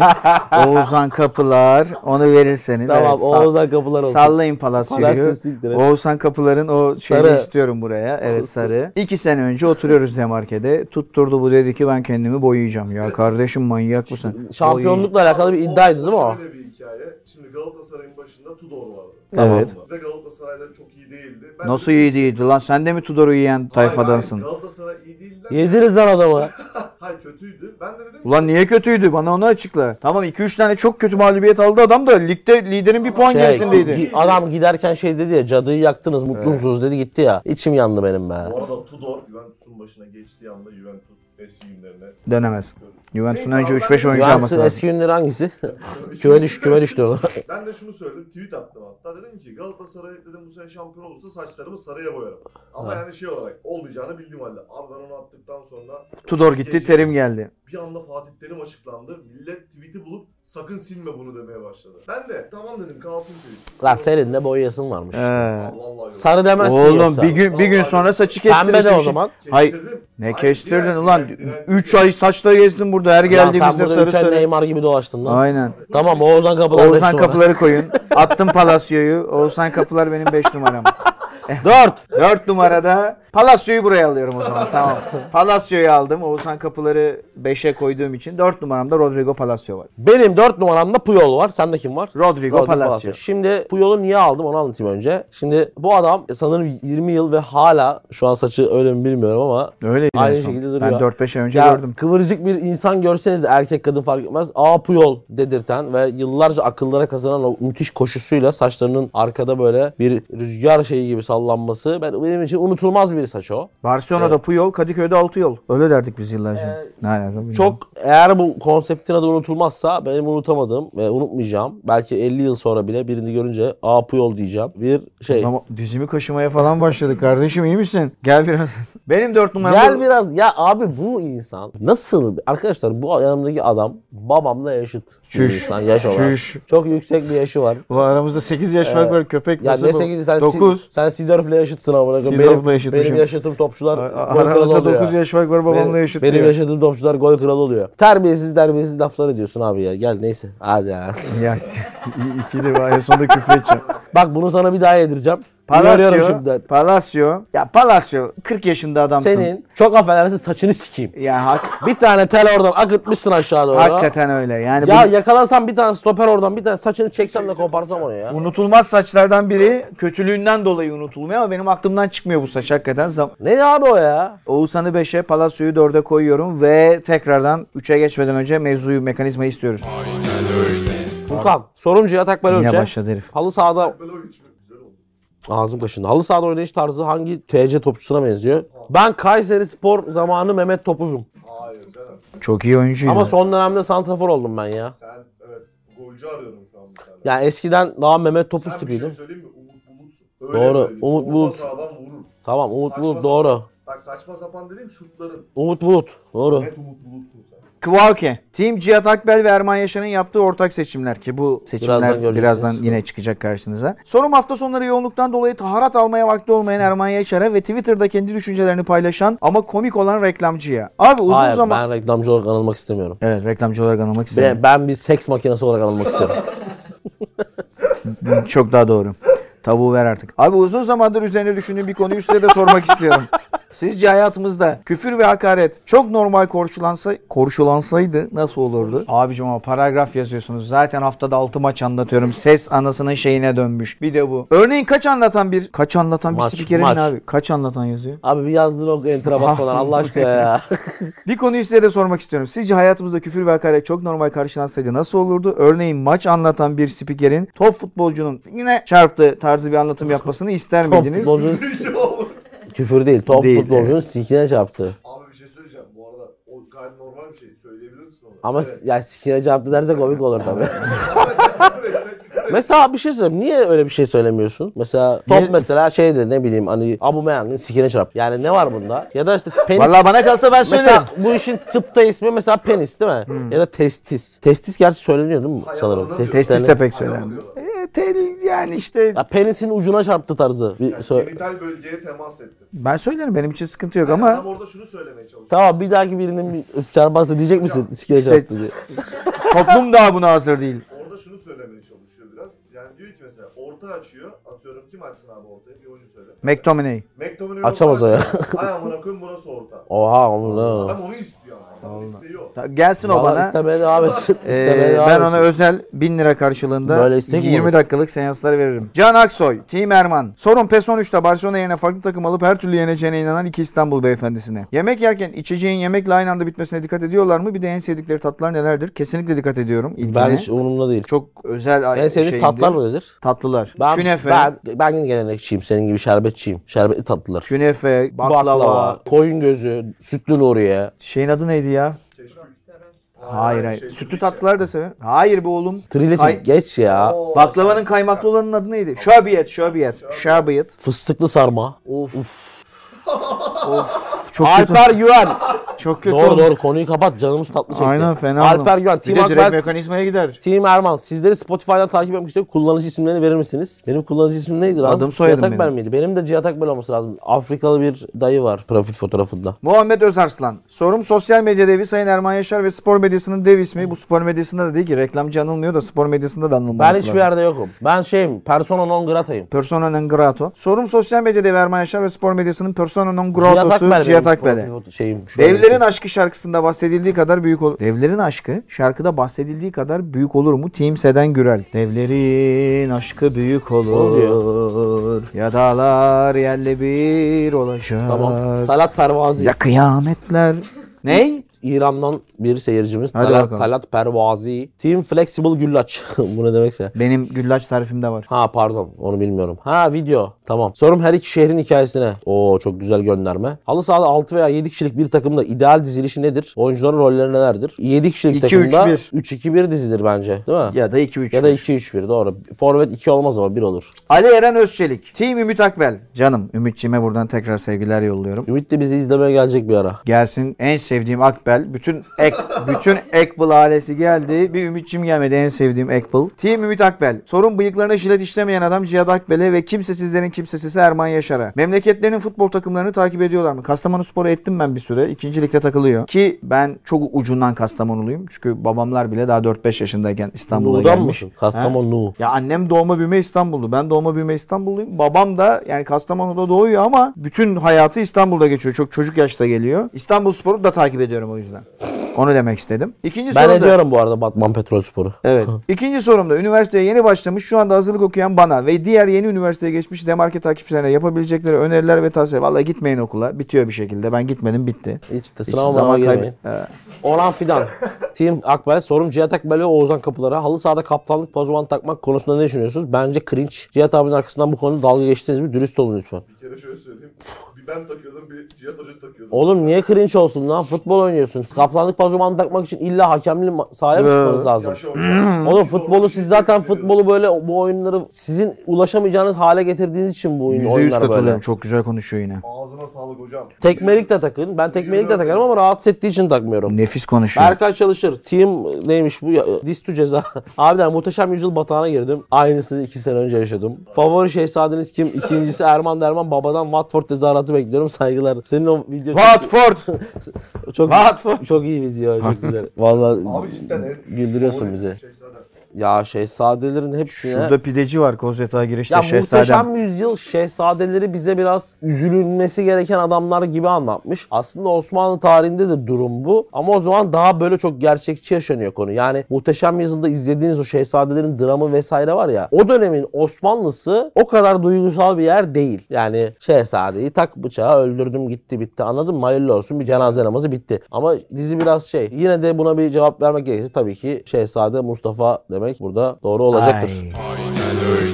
Speaker 2: Oğuzhan Kapılar onu verirseniz.
Speaker 1: Tamam
Speaker 2: evet, sa-
Speaker 1: Oğuzhan Kapılar olsun.
Speaker 2: Sallayın
Speaker 1: Palacio
Speaker 2: Palacio'yu.
Speaker 1: siktir et.
Speaker 2: Oğuzhan Kapılar'ın o şeyini
Speaker 1: Sarı.
Speaker 2: istiyorum buraya. Evet
Speaker 1: Sı-
Speaker 2: sarı. İki sene önce oturuyoruz Demarke'de. Tutturdu bu dedi ki ben kendimi boyayacağım. Ya kardeşim manyak mısın?
Speaker 1: Şampiyonlukla alakalı bir iddiaydı değil mi o?
Speaker 5: Şöyle bir hikaye. Şimdi Galatasaray'ın başında Tudor vardı.
Speaker 1: Tamam.
Speaker 2: Evet.
Speaker 5: Ve Galatasaray'da çok iyi değildi. Ben
Speaker 2: Nasıl iyi değildi lan? Sen de mi Tudor'u yiyen
Speaker 5: Hayır,
Speaker 2: tayfadansın?
Speaker 5: Hayır, Galatasaray iyi değildi.
Speaker 1: Yediniz lan adamı.
Speaker 5: Hayır kötüydü. Ben de dedim ki,
Speaker 2: Ulan niye kötüydü? Bana onu açıkla. Tamam 2-3 tane çok kötü mağlubiyet aldı adam da ligde liderin bir puan
Speaker 1: Şey,
Speaker 2: gerisindeydi.
Speaker 1: gi- adam giderken şey dedi ya cadıyı yaktınız mutlu musunuz dedi gitti ya. İçim yandı benim be.
Speaker 5: bu arada Tudor Juventus'un başına geçtiği anda Juventus eski günlerine
Speaker 2: Dönemez. Juventus'un
Speaker 5: Neyse,
Speaker 2: önce
Speaker 5: abi,
Speaker 2: 3-5
Speaker 5: ben-
Speaker 2: oyuncu alması
Speaker 1: Juventus'un
Speaker 2: lazım.
Speaker 1: eski günleri hangisi? küme düş, küme düştü ona.
Speaker 5: Ben de şunu söyledim, tweet attım hatta. Dedim ki Galatasaray dedim bu sene şampiyon olursa saçlarımı sarıya boyarım. Ama
Speaker 1: Ha.
Speaker 5: yani şey olarak olmayacağını bildiğim halde. Abi ben onu attıktan sonra
Speaker 2: Tudor gitti,
Speaker 5: Geçti.
Speaker 2: Terim geldi.
Speaker 5: Bir anda Fatih Terim açıklandı. Millet tweet'i bulup sakın silme bunu demeye başladı. Ben de tamam dedim kalsın tweet.
Speaker 1: Lan senin de boyayasın varmış. işte.
Speaker 2: Ee,
Speaker 5: Allah Allah.
Speaker 1: Sarı demezsin
Speaker 2: oğlum
Speaker 1: yoksa.
Speaker 2: bir gün bir gün sonra saçı kestirirsin.
Speaker 1: Pembe de o
Speaker 2: şimdi.
Speaker 1: zaman.
Speaker 2: Hayır.
Speaker 5: Kestirdim.
Speaker 2: Ne
Speaker 5: Hayır,
Speaker 2: kestirdin
Speaker 5: direkt,
Speaker 2: ulan?
Speaker 5: direkt, direkt.
Speaker 2: 3 ay saçla gezdin burada her
Speaker 1: Lan sen
Speaker 2: geldiğimizde
Speaker 1: burada
Speaker 2: sarı
Speaker 1: üç ay
Speaker 2: sarı.
Speaker 1: Neymar gibi dolaştın lan.
Speaker 2: Aynen.
Speaker 1: Tamam Oğuzhan Kapılar
Speaker 2: Oğuzhan Kapıları koyun. Attım Palacio'yu. Oğuzhan Kapılar benim 5 numaram.
Speaker 1: 4.
Speaker 2: 4 numarada Palacio'yu buraya alıyorum o zaman tamam. Palacio'yu aldım. Oğuzhan Kapıları 5'e koyduğum için 4 numaramda Rodrigo Palacio var.
Speaker 1: Benim 4 numaramda Puyol var. Sende kim var?
Speaker 2: Rodrigo, Palacio.
Speaker 1: Şimdi Puyol'u niye aldım onu anlatayım önce. Şimdi bu adam sanırım 20 yıl ve hala şu an saçı öyle mi bilmiyorum ama
Speaker 2: Öyle
Speaker 1: Aynı
Speaker 2: en son.
Speaker 1: şekilde duruyor.
Speaker 2: Ben 4-5 ay önce
Speaker 1: Ya
Speaker 2: gördüm.
Speaker 1: Kıvırcık bir insan görseniz de erkek kadın fark etmez. Aa Puyol dedirten ve yıllarca akıllara kazanan o müthiş koşusuyla saçlarının arkada böyle bir rüzgar şeyi gibi sallanması ben benim için unutulmaz bir saç o.
Speaker 2: Barcelona'da Puyol, Kadıköy'de altı yol. Öyle derdik biz yıllarca. ne alaka bilmiyorum.
Speaker 1: Çok eğer bu konseptin adı unutulmazsa benim unutamadığım ve unutmayacağım. Belki 50 yıl sonra bile birini görünce aa Puyol diyeceğim. Bir şey.
Speaker 2: Ama dizimi kaşımaya falan başladık kardeşim iyi misin? Gel biraz. Benim 4 numaram.
Speaker 1: Gel biraz ya abi bu insan nasıl arkadaşlar bu yanımdaki adam babamla yaşıt bir
Speaker 2: Çüş.
Speaker 1: insan yaş olarak.
Speaker 2: Çüş.
Speaker 1: Çok yüksek bir yaşı var.
Speaker 2: Ulan aramızda 8 yaş fark var köpek.
Speaker 1: Ya
Speaker 2: nasıl
Speaker 1: ne
Speaker 2: bu?
Speaker 1: 8'i sen, Si,
Speaker 2: 9.
Speaker 1: sen Sidorf'la yaşıtsın amına koyayım.
Speaker 2: Seedorf'la
Speaker 1: Benim,
Speaker 2: yaşıtmışım.
Speaker 1: benim yaşıtım topçular gol kralı
Speaker 2: Aramızda
Speaker 1: oluyor.
Speaker 2: 9 yaş fark var
Speaker 1: Benim-
Speaker 2: babamla yaşıt.
Speaker 1: Benim
Speaker 2: diyor.
Speaker 1: yaşadığım topçular gol kralı oluyor. Terbiyesiz terbiyesiz laflar ediyorsun abi ya. Gel neyse. Hadi ya.
Speaker 2: Ya iki de var en sonunda küfür edeceğim.
Speaker 1: Bak bunu sana bir daha yedireceğim. Uyarıyorum
Speaker 2: Palacio,
Speaker 1: şimdiden.
Speaker 2: Palacio. Ya Palacio 40 yaşında adamsın.
Speaker 1: Senin çok affedersin saçını sikeyim.
Speaker 2: Ya hak-
Speaker 1: Bir tane tel oradan akıtmışsın aşağı doğru.
Speaker 2: hakikaten öyle. Yani
Speaker 1: Ya
Speaker 2: bu
Speaker 1: yakalansam bir tane stoper oradan bir tane saçını çeksem de koparsam onu ya.
Speaker 2: unutulmaz saçlardan biri kötülüğünden dolayı unutulmuyor ama benim aklımdan çıkmıyor bu saç hakikaten. Zam-
Speaker 1: Ne abi o ya?
Speaker 2: Oğuzhan'ı 5'e, Palacio'yu 4'e koyuyorum ve tekrardan 3'e geçmeden önce mevzuyu, mekanizmayı istiyoruz.
Speaker 1: Furkan. Sorumcu yatak böyle
Speaker 2: Yine
Speaker 1: önce.
Speaker 2: başladı herif.
Speaker 1: Halı sahada
Speaker 5: Belovic mi? Güzel oldu.
Speaker 1: Ağzım kaşındı. Halı sahada oynayış tarzı hangi TC topçusuna benziyor? Ben Kayseri Spor zamanı Mehmet Topuz'um.
Speaker 5: Hayır canım.
Speaker 2: Çok iyi oyuncuydu.
Speaker 1: Ama son dönemde santrafor oldum ben ya.
Speaker 5: Sen evet golcü arıyorum şu an bir tane.
Speaker 1: Yani eskiden daha Mehmet Topuz
Speaker 5: Sen bir
Speaker 1: tipiydim.
Speaker 5: şey söyleyeyim mi? Umut Bulut'sun. Öyle
Speaker 1: Doğru,
Speaker 5: böyle değil.
Speaker 1: Umut
Speaker 5: Orta
Speaker 1: Bulut.
Speaker 5: sahadan vurur.
Speaker 1: Tamam Umut
Speaker 5: Saçma
Speaker 1: Bulut
Speaker 5: sapan.
Speaker 1: doğru.
Speaker 5: Bak saçma sapan dediğim şutların.
Speaker 1: Umut Bulut doğru.
Speaker 5: Net Umut Bulut'sun sen.
Speaker 2: Kvaoke. Team Cihat Akbel ve Erman Yaşar'ın yaptığı ortak seçimler ki bu seçimler
Speaker 1: Birazdan
Speaker 2: birazdan,
Speaker 1: göreceksiniz.
Speaker 2: yine çıkacak karşınıza. Sorum hafta sonları yoğunluktan dolayı taharat almaya vakti olmayan Erman Yaşar'a ve Twitter'da kendi düşüncelerini paylaşan ama komik olan reklamcıya. Abi uzun
Speaker 1: Hayır
Speaker 2: zaman...
Speaker 1: ben reklamcı olarak anılmak istemiyorum.
Speaker 2: Evet reklamcı olarak anılmak istedim.
Speaker 1: Ben, ben bir seks makinesi olarak anılmak istiyorum.
Speaker 2: Çok daha doğru. Tavuğu ver artık. Abi uzun zamandır üzerine düşündüğüm bir konuyu size de sormak istiyorum. Sizce hayatımızda küfür ve hakaret çok normal konuşulansa, konuşulansaydı nasıl olurdu? Abicim ama paragraf yazıyorsunuz. Zaten haftada 6 maç anlatıyorum. Ses anasının şeyine dönmüş. Bir de bu. Örneğin kaç anlatan bir? Kaç anlatan bir
Speaker 1: Maç,
Speaker 2: spikerin
Speaker 1: maç.
Speaker 2: abi? Kaç anlatan yazıyor?
Speaker 1: Abi bir yazdır o enter'a basmadan Allah aşkına ya.
Speaker 2: Bir konuyu size de sormak istiyorum. Sizce hayatımızda küfür ve hakaret çok normal karşılansaydı nasıl olurdu? Örneğin maç anlatan bir spikerin top futbolcunun yine çarptı tarzı bir anlatım yapmasını ister
Speaker 1: top
Speaker 2: miydiniz?
Speaker 1: futbolcunun küfür değil. Top
Speaker 2: Değil,
Speaker 1: futbolcunun sikine çarptı.
Speaker 5: Abi bir şey söyleyeceğim. Bu arada o gayet normal bir şey. Söyleyebilir misin onu?
Speaker 1: Ama
Speaker 5: Evet.
Speaker 1: s- ya sikine çarptı derse komik olur tabii.
Speaker 5: Ama sen küfür et, sen küfür et.
Speaker 1: Mesela bir şey söyleyeyim. Niye öyle bir şey söylemiyorsun? Mesela top
Speaker 2: Niye-
Speaker 1: mesela şey de ne bileyim hani Abu Meyang'ın sikine çarp. Yani ne var bunda? Ya da işte penis.
Speaker 2: Vallahi bana kalsa ben söylerim. Hmm.
Speaker 1: Mesela bu işin tıpta ismi mesela penis değil mi? Ya da testis. Testis gerçi söyleniyor değil mi
Speaker 5: Hayvan
Speaker 1: sanırım?
Speaker 5: adı
Speaker 2: Testis
Speaker 1: yani-
Speaker 2: de pek
Speaker 5: Hayvan
Speaker 2: söylenmiyor.
Speaker 5: diyorlar.
Speaker 2: E, tel- yani işte
Speaker 1: Ya penisin ucuna çarptı tarzı. Bir
Speaker 5: Yani
Speaker 1: sö-
Speaker 5: genital bölgeye temas ettim.
Speaker 2: ben söylerim benim için sıkıntı yok
Speaker 5: Adam
Speaker 2: ama
Speaker 5: orada şunu söylemeye çalışıyor.
Speaker 1: Tamam bir dahaki birinin bir çarpması diyecek misin? Sikine
Speaker 2: işte,
Speaker 1: çarptı diye.
Speaker 2: toplum daha buna hazır değil.
Speaker 5: Orada şunu söylemeye çalışıyor biraz. Yani diyor ki mesela orta açıyor. Atıyorum kim açsın abi ortaya? Bir hoca söyle.
Speaker 2: McTominay.
Speaker 5: McDominay'ın
Speaker 1: Açamaz o ya.
Speaker 5: Ay amına koyayım burası orta.
Speaker 1: Oha onu ne?
Speaker 5: Adam onu istiyor ama. Adam isteği o.
Speaker 2: Ta- Gelsin o
Speaker 1: Valla
Speaker 2: bana.
Speaker 1: istemeye devam etsin.
Speaker 2: Ee,
Speaker 1: İstemeye devam
Speaker 2: ben
Speaker 1: etsin.
Speaker 2: ona özel 1000 lira karşılığında
Speaker 1: Böyle istek mi
Speaker 2: 20
Speaker 1: olur?
Speaker 2: dakikalık seanslar veririm. Can Aksoy, Tim Erman. Sorun PES 13'te Barcelona yerine farklı takım alıp her türlü yeneceğine inanan iki İstanbul beyefendisine. Yemek yerken içeceğin yemekle aynı anda bitmesine dikkat ediyorlar mı? Bir de en sevdikleri tatlar nelerdir? Kesinlikle dikkat ediyorum. İlkine.
Speaker 1: Ben hiç umurumda değil.
Speaker 2: Çok özel ay-
Speaker 1: En sevdiğiniz
Speaker 2: şeyimdir.
Speaker 1: tatlar mı nedir?
Speaker 2: Tatlılar.
Speaker 1: Ben,
Speaker 2: künefe,
Speaker 1: ben, ben yine gelenekçiyim. Senin gibi şerbetçiyim. Şerbetli tatlılar.
Speaker 2: künefe, baklava.
Speaker 1: Baklava, koyun gözü, sütlü loriye.
Speaker 2: Şeyin adı neydi ya?
Speaker 5: Keşke.
Speaker 2: Hayır hayır. Sütlü tatlılar da sever. Hayır be oğlum. Ay-
Speaker 1: Trileçe geç ya.
Speaker 5: Oo,
Speaker 2: Baklavanın kaymaklı olanın adı neydi? Şöbiyet, şöbiyet, şöbiyet.
Speaker 1: Fıstıklı sarma.
Speaker 2: Çok
Speaker 1: Alper Güven.
Speaker 2: kötü. Çok kötü.
Speaker 1: doğru
Speaker 2: olmuş.
Speaker 1: doğru konuyu kapat. Canımız tatlı çekti.
Speaker 2: Aynen fena.
Speaker 1: Alper
Speaker 2: oğlum.
Speaker 1: Güven.
Speaker 2: Bir
Speaker 1: Team
Speaker 2: de direkt
Speaker 1: Akber.
Speaker 2: mekanizmaya gider.
Speaker 1: Team Erman. Sizleri Spotify'dan takip etmek istiyorum. Kullanıcı isimlerini verir misiniz? Benim kullanıcı ismim neydi lan?
Speaker 2: Adım soyadım
Speaker 1: Cihat Akbel
Speaker 2: benim.
Speaker 1: miydi? Benim de Cihat Akbel olması lazım. Afrikalı bir dayı var profil fotoğrafında.
Speaker 2: Muhammed Özarslan. Sorum sosyal medya devi Sayın Erman Yaşar ve spor medyasının dev ismi. Bu spor medyasında da değil ki reklamcı anılmıyor da spor medyasında da anılmaması
Speaker 1: Ben
Speaker 2: lazım.
Speaker 1: hiçbir yerde yokum. Ben şeyim. Persona non grata'yım.
Speaker 2: Persona non grato. Sorum sosyal medya devi Erman Yaşar ve spor medyasının persona non
Speaker 1: Cihat Akbel
Speaker 2: gratosu Cihat
Speaker 1: benim
Speaker 2: Akbel'e.
Speaker 1: profil foto- Şeyim, şey. şu an-
Speaker 2: Devlerin aşkı şarkısında bahsedildiği kadar büyük olur. Devlerin aşkı şarkıda bahsedildiği kadar büyük olur mu? Team Seden Gürel. Devlerin aşkı büyük olur. Ya dağlar yerle bir olacak.
Speaker 1: Tamam. Talat Pervazi.
Speaker 2: Ya kıyametler. Ney?
Speaker 1: İran'dan bir seyircimiz.
Speaker 2: Hadi
Speaker 1: Talat,
Speaker 2: bakalım.
Speaker 1: Talat Pervazi. Team Flexible Güllaç. Bu ne demekse.
Speaker 2: Benim güllaç tarifimde var.
Speaker 1: Ha pardon onu bilmiyorum. Ha video tamam. Sorum her iki şehrin hikayesine. Oo çok güzel gönderme. Halı sahada 6 veya 7 kişilik bir takımda ideal dizilişi nedir? Oyuncuların rolleri nelerdir? 7 kişilik
Speaker 2: 2-3-1.
Speaker 1: takımda 3-2-1 dizilir bence değil mi? Ya,
Speaker 2: Ya da 2-3.
Speaker 1: da 2-3-1 doğru. Forvet 2 olmaz ama 1 olur.
Speaker 2: Ali Eren Özçelik. Team Ümit Akbel. Canım Ümitçime buradan tekrar sevgiler yolluyorum.
Speaker 1: Ümit de bizi izlemeye gelecek bir ara.
Speaker 2: Gelsin en sevdiğim Akbel. Bütün ek, bütün Ekbal ailesi geldi. Bir Ümitçim gelmedi en sevdiğim Ekbal. Team Ümit Akbel. Sorun bıyıklarına jilet işlemeyen adam Cihat Akbel'e ve kimsesizlerin kimsesizi Erman Yaşar'a. Memleketlerinin futbol takımlarını takip ediyorlar mı? Kastamonu Spor'a ettim ben bir süre. İkinci ligde takılıyor. Ki ben çok ucundan Kastamonuluyum. Çünkü babamlar bile daha 4-5 yaşındayken İstanbul'a
Speaker 1: Nu'dan
Speaker 2: gelmiş.
Speaker 1: mısın? Kastamonu.
Speaker 2: Ya annem doğma büyüme İstanbullu. Ben doğma büyüme İstanbulluyum. Babam da yani Kastamonu'da doğuyor ama bütün hayatı İstanbul'da geçiyor. Çok çocuk yaşta geliyor. İstanbul Sporu da takip ediyorum o yüzden. Onu demek istedim. İkinci
Speaker 1: Ben
Speaker 2: sorum da-
Speaker 1: ediyorum bu arada Batman Petrol Sporu.
Speaker 2: Evet. İkinci sorumda üniversiteye yeni başlamış şu anda hazırlık okuyan bana ve diğer yeni üniversiteye geçmiş demarke takipçilerine yapabilecekleri öneriler ve tavsiye. Valla gitmeyin okula. Bitiyor bir şekilde. Ben gitmedim bitti.
Speaker 1: Hiç de
Speaker 2: Hiç
Speaker 1: sınava
Speaker 2: zaman
Speaker 1: zaman girmeyin.
Speaker 2: kaybı- Ee,
Speaker 1: Orhan Fidan. Team Akbel. Sorum Cihat Akbel ve Oğuzhan Kapılar'a. Halı sahada kaptanlık pazuvan takmak konusunda ne düşünüyorsunuz? Bence cringe. Cihat abinin arkasından bu konuda dalga geçtiniz mi? Dürüst olun lütfen.
Speaker 5: Bir kere şöyle söyleyeyim. Bir ben takıyordum bir Cihat Hoca takıyordu.
Speaker 1: Oğlum niye cringe olsun lan? Futbol oynuyorsun. Kaptanlık pazuvan takmak için illa hakemli ma- sahaya mı
Speaker 2: Evet.
Speaker 1: çıkmanız lazım?
Speaker 5: Yaşa hocam.
Speaker 1: Oğlum
Speaker 5: Biz
Speaker 1: futbolu
Speaker 5: orada
Speaker 1: siz
Speaker 5: bir
Speaker 1: zaten
Speaker 5: şey
Speaker 1: futbolu böyle bu oyunları sizin ulaşamayacağınız hale getirdiğiniz için bu oyun,
Speaker 2: Yüzde yüz
Speaker 1: oyunlar böyle.
Speaker 2: katılıyorum. Çok güzel konuşuyor yine.
Speaker 5: Ağzına sağlık hocam.
Speaker 1: Tekmelik de takın. Ben tekmelik de takarım ama rahatsız ettiği için takmıyorum.
Speaker 2: Nefis konuşuyor.
Speaker 1: Berkay Çalışır. Team neymiş bu? Ya, Distü ceza. Abiden muhteşem yüzyıl batağına girdim. Aynısını iki sene önce yaşadım. Favori şehzadeniz kim? İkincisi Erman Derman. Babadan Watford tezahüratı bekliyorum. Saygılar. Senin o video çok-
Speaker 2: Watford.
Speaker 1: çok,
Speaker 2: Watford.
Speaker 1: çok iyi video. Çok güzel. Vallahi
Speaker 5: Abi cidden en
Speaker 1: güldürüyorsun bizi.
Speaker 5: Şey zaten.
Speaker 1: Ya şehzadelerin hepsine...
Speaker 2: Şurada pideci var Kozyatağa girişte
Speaker 1: ya
Speaker 2: şehzadem.
Speaker 1: muhteşem yüzyıl şehzadeleri bize biraz üzülünmesi gereken adamlar gibi anlatmış. Aslında Osmanlı tarihinde de durum bu. Ama o zaman daha böyle çok gerçekçi yaşanıyor konu. Yani muhteşem yüzyılda izlediğiniz o şehzadelerin dramı vesaire var ya. O dönemin Osmanlısı o kadar duygusal bir yer değil. Yani şehzadeyi tak bıçağı öldürdüm gitti bitti anladın mı? Hayırlı olsun bir cenaze namazı bitti. Ama dizi biraz şey. Yine de buna bir cevap vermek gerekirse tabii ki Şehzade Mustafa demek burada doğru olacaktır.
Speaker 2: Ay.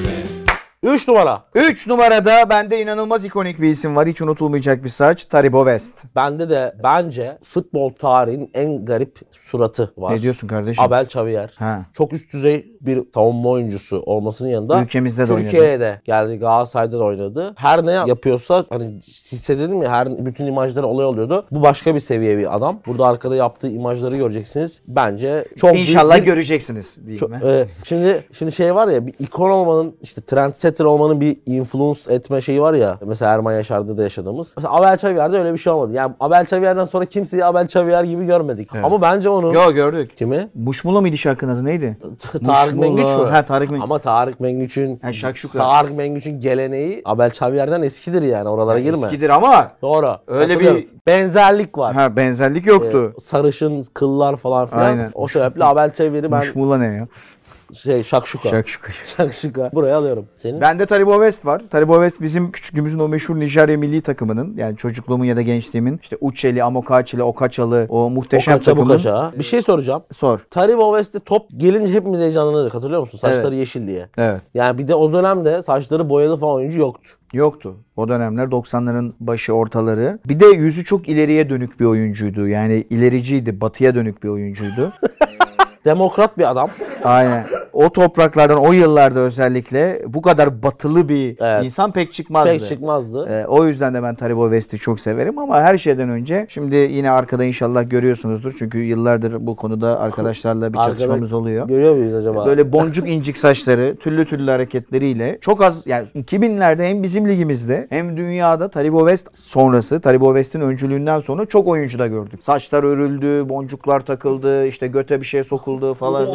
Speaker 1: 3 numara.
Speaker 2: 3 numarada bende inanılmaz ikonik bir isim var. Hiç unutulmayacak bir saç. Taribo West.
Speaker 1: Bende de bence futbol tarihinin en garip suratı var.
Speaker 2: Ne diyorsun kardeşim?
Speaker 1: Abel Xavier.
Speaker 2: Ha.
Speaker 1: Çok üst düzey bir savunma oyuncusu olmasının yanında
Speaker 2: Ülkemizde de oynadı.
Speaker 1: Türkiye'ye de geldi. Galatasaray'da da oynadı. Her ne yapıyorsa hani hisse dedim ya her bütün imajları olay oluyordu. Bu başka bir seviye bir adam. Burada arkada yaptığı imajları göreceksiniz. Bence çok büyük
Speaker 2: İnşallah
Speaker 1: bir-
Speaker 2: göreceksiniz diyeyim
Speaker 1: Çok-
Speaker 2: ben.
Speaker 1: e, şimdi şimdi şey var ya bir ikon olmanın işte trendsetter olmanın bir influence etme şeyi var ya. Mesela Erman Yaşar'da da yaşadığımız. Mesela Abel Xavier'de öyle bir şey olmadı. Yani Abel Xavier'den sonra kimseyi Abel Xavier gibi görmedik. Ama bence onun
Speaker 2: Yo gördük.
Speaker 1: kimi?
Speaker 2: Muşmula mıydı şarkının adı neydi?
Speaker 1: Tarık
Speaker 2: Muşmula.
Speaker 1: Mengüç mü?
Speaker 2: Ha, Tarık Mengüç.
Speaker 1: Ama Tarık Mengüç'ün
Speaker 2: Ha, şakşuka.
Speaker 1: Tarık Mengüç'ün geleneği Abel Xavier'den eskidir yani oralara girme.
Speaker 2: Eskidir ama
Speaker 1: Doğru.
Speaker 2: Öyle bir-
Speaker 1: Katılıyorum. benzerlik var.
Speaker 2: ha
Speaker 1: E,
Speaker 2: benzerlik yoktu.
Speaker 1: Sarışın kıllar falan filan.
Speaker 2: Aynen.
Speaker 1: O sebeple Abel Xavier'i ben
Speaker 2: Muşmula ne ya?
Speaker 1: şey şakşuka.
Speaker 2: Şakşuka.
Speaker 1: şakşuka. Buraya alıyorum. Senin?
Speaker 2: Bende Taribo West var. Taribo West bizim küçüklüğümüzün o meşhur Nijerya milli takımının yani çocukluğumun ya da gençliğimin işte Uçeli, Amokaçili, Okaçalı o muhteşem
Speaker 1: Okaça
Speaker 2: takımın.
Speaker 1: bukaça. Bir şey soracağım.
Speaker 2: Sor.
Speaker 1: Taribo West'te top gelince hepimiz heyecanlanırdık hatırlıyor musun? Saçları yeşil diye.
Speaker 2: Evet.
Speaker 1: Yani bir de o dönemde saçları boyalı falan oyuncu yoktu.
Speaker 2: Yoktu. O dönemler 90'ların başı ortaları. Bir de yüzü çok ileriye dönük bir oyuncuydu. Yani ilericiydi. Batıya dönük bir oyuncuydu.
Speaker 1: Demokrat bir adam.
Speaker 2: Aynen. O topraklardan o yıllarda özellikle bu kadar batılı bir
Speaker 1: Evet.
Speaker 2: insan pek çıkmazdı.
Speaker 1: Pek çıkmazdı.
Speaker 2: Ee, o yüzden de ben Taribo West'i çok severim ama her şeyden önce şimdi yine arkada inşallah görüyorsunuzdur. Çünkü yıllardır bu konuda arkadaşlarla bir
Speaker 1: Arkada-
Speaker 2: çalışmamız oluyor.
Speaker 1: Görüyor muyuz acaba?
Speaker 2: Böyle boncuk incik saçları, tüllü tüllü hareketleriyle çok az yani 2000'lerde hem bizim ligimizde hem dünyada Taribo West sonrası Taribo West'in öncülüğünden sonra çok oyuncu da gördük. Saçlar örüldü, boncuklar takıldı, işte göte bir şey sokuldu falan.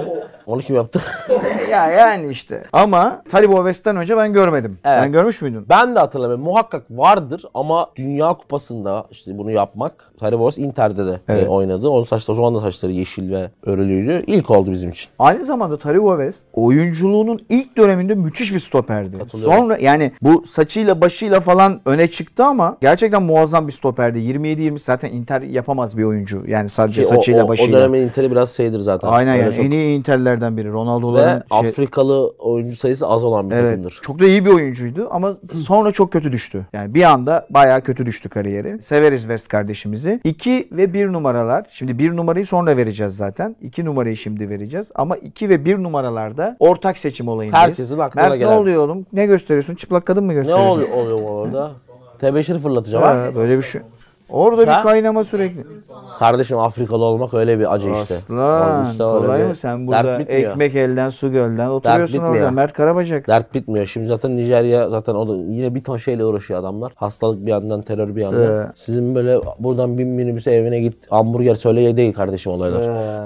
Speaker 1: Onu kim yaptı?
Speaker 2: ya yani işte. Ama Taribo West'ten önce ben görmedim.
Speaker 1: Evet.
Speaker 2: Sen görmüş müydün?
Speaker 1: ben de hatırlamıyorum. Muhakkak vardır ama Dünya Kupası'nda işte bunu yapmak. Taribo West Inter'de de
Speaker 2: Evet.
Speaker 1: e, oynadı. Onun saçları o zaman da saçları yeşil ve örülüydü. İlk oldu bizim için.
Speaker 2: Aynı zamanda Taribo West oyunculuğunun ilk döneminde müthiş bir stoperdi.
Speaker 1: Katılıyorum.
Speaker 2: Sonra yani bu saçıyla başıyla falan öne çıktı ama gerçekten muazzam bir stoperdi. 27-20 zaten Inter yapamaz bir oyuncu. Yani sadece
Speaker 1: Ki o,
Speaker 2: saçıyla
Speaker 1: o, o
Speaker 2: başıyla.
Speaker 1: dönemin Inter'i biraz şeydir zaten.
Speaker 2: Aynen
Speaker 1: Böyle
Speaker 2: yani
Speaker 1: çok-
Speaker 2: en iyi Inter'lerden biri. Ronaldo'ların
Speaker 1: Ve
Speaker 2: şey-
Speaker 1: Afrikalı oyuncu sayısı az olan bir
Speaker 2: Evet.
Speaker 1: takımdır.
Speaker 2: Çok da iyi bir oyuncuydu ama sonra çok kötü düştü. Yani bir anda bayağı kötü düştü kariyeri. Severiz West kardeşimizi. 2 ve 1 numaralar. Şimdi 1 numarayı sonra vereceğiz zaten. 2 numarayı şimdi vereceğiz. Ama 2 ve 1 numaralarda ortak seçim olayındayız.
Speaker 1: Herkesin aklına
Speaker 2: Mert,
Speaker 1: gelen.
Speaker 2: ne oluyor oğlum? Ne gösteriyorsun? Çıplak kadın mı
Speaker 1: Ne
Speaker 2: gösteriyorsun?
Speaker 1: oluyor, oluyor bu arada? Tebeşir fırlatacağım ha.
Speaker 2: Ha, böyle bir şey. Orada
Speaker 1: Ha?
Speaker 2: bir kaynama sürekli.
Speaker 1: Kardeşim Afrikalı olmak öyle bir acı işte.
Speaker 2: Aslan
Speaker 1: Onun işte öyle
Speaker 2: kolay
Speaker 1: bir-
Speaker 2: mı sen burada
Speaker 1: Dert bitmiyor.
Speaker 2: ekmek elden su gölden oturuyorsun
Speaker 1: bitmiyor.
Speaker 2: orada Mert Karabacak.
Speaker 1: Dert bitmiyor. Şimdi zaten Nijerya zaten o da yine bir ton şeyle uğraşıyor adamlar. Hastalık bir yandan, terör bir yandan. Sizin böyle buradan bin minibüse evine git hamburger söyle ye değil kardeşim olaylar.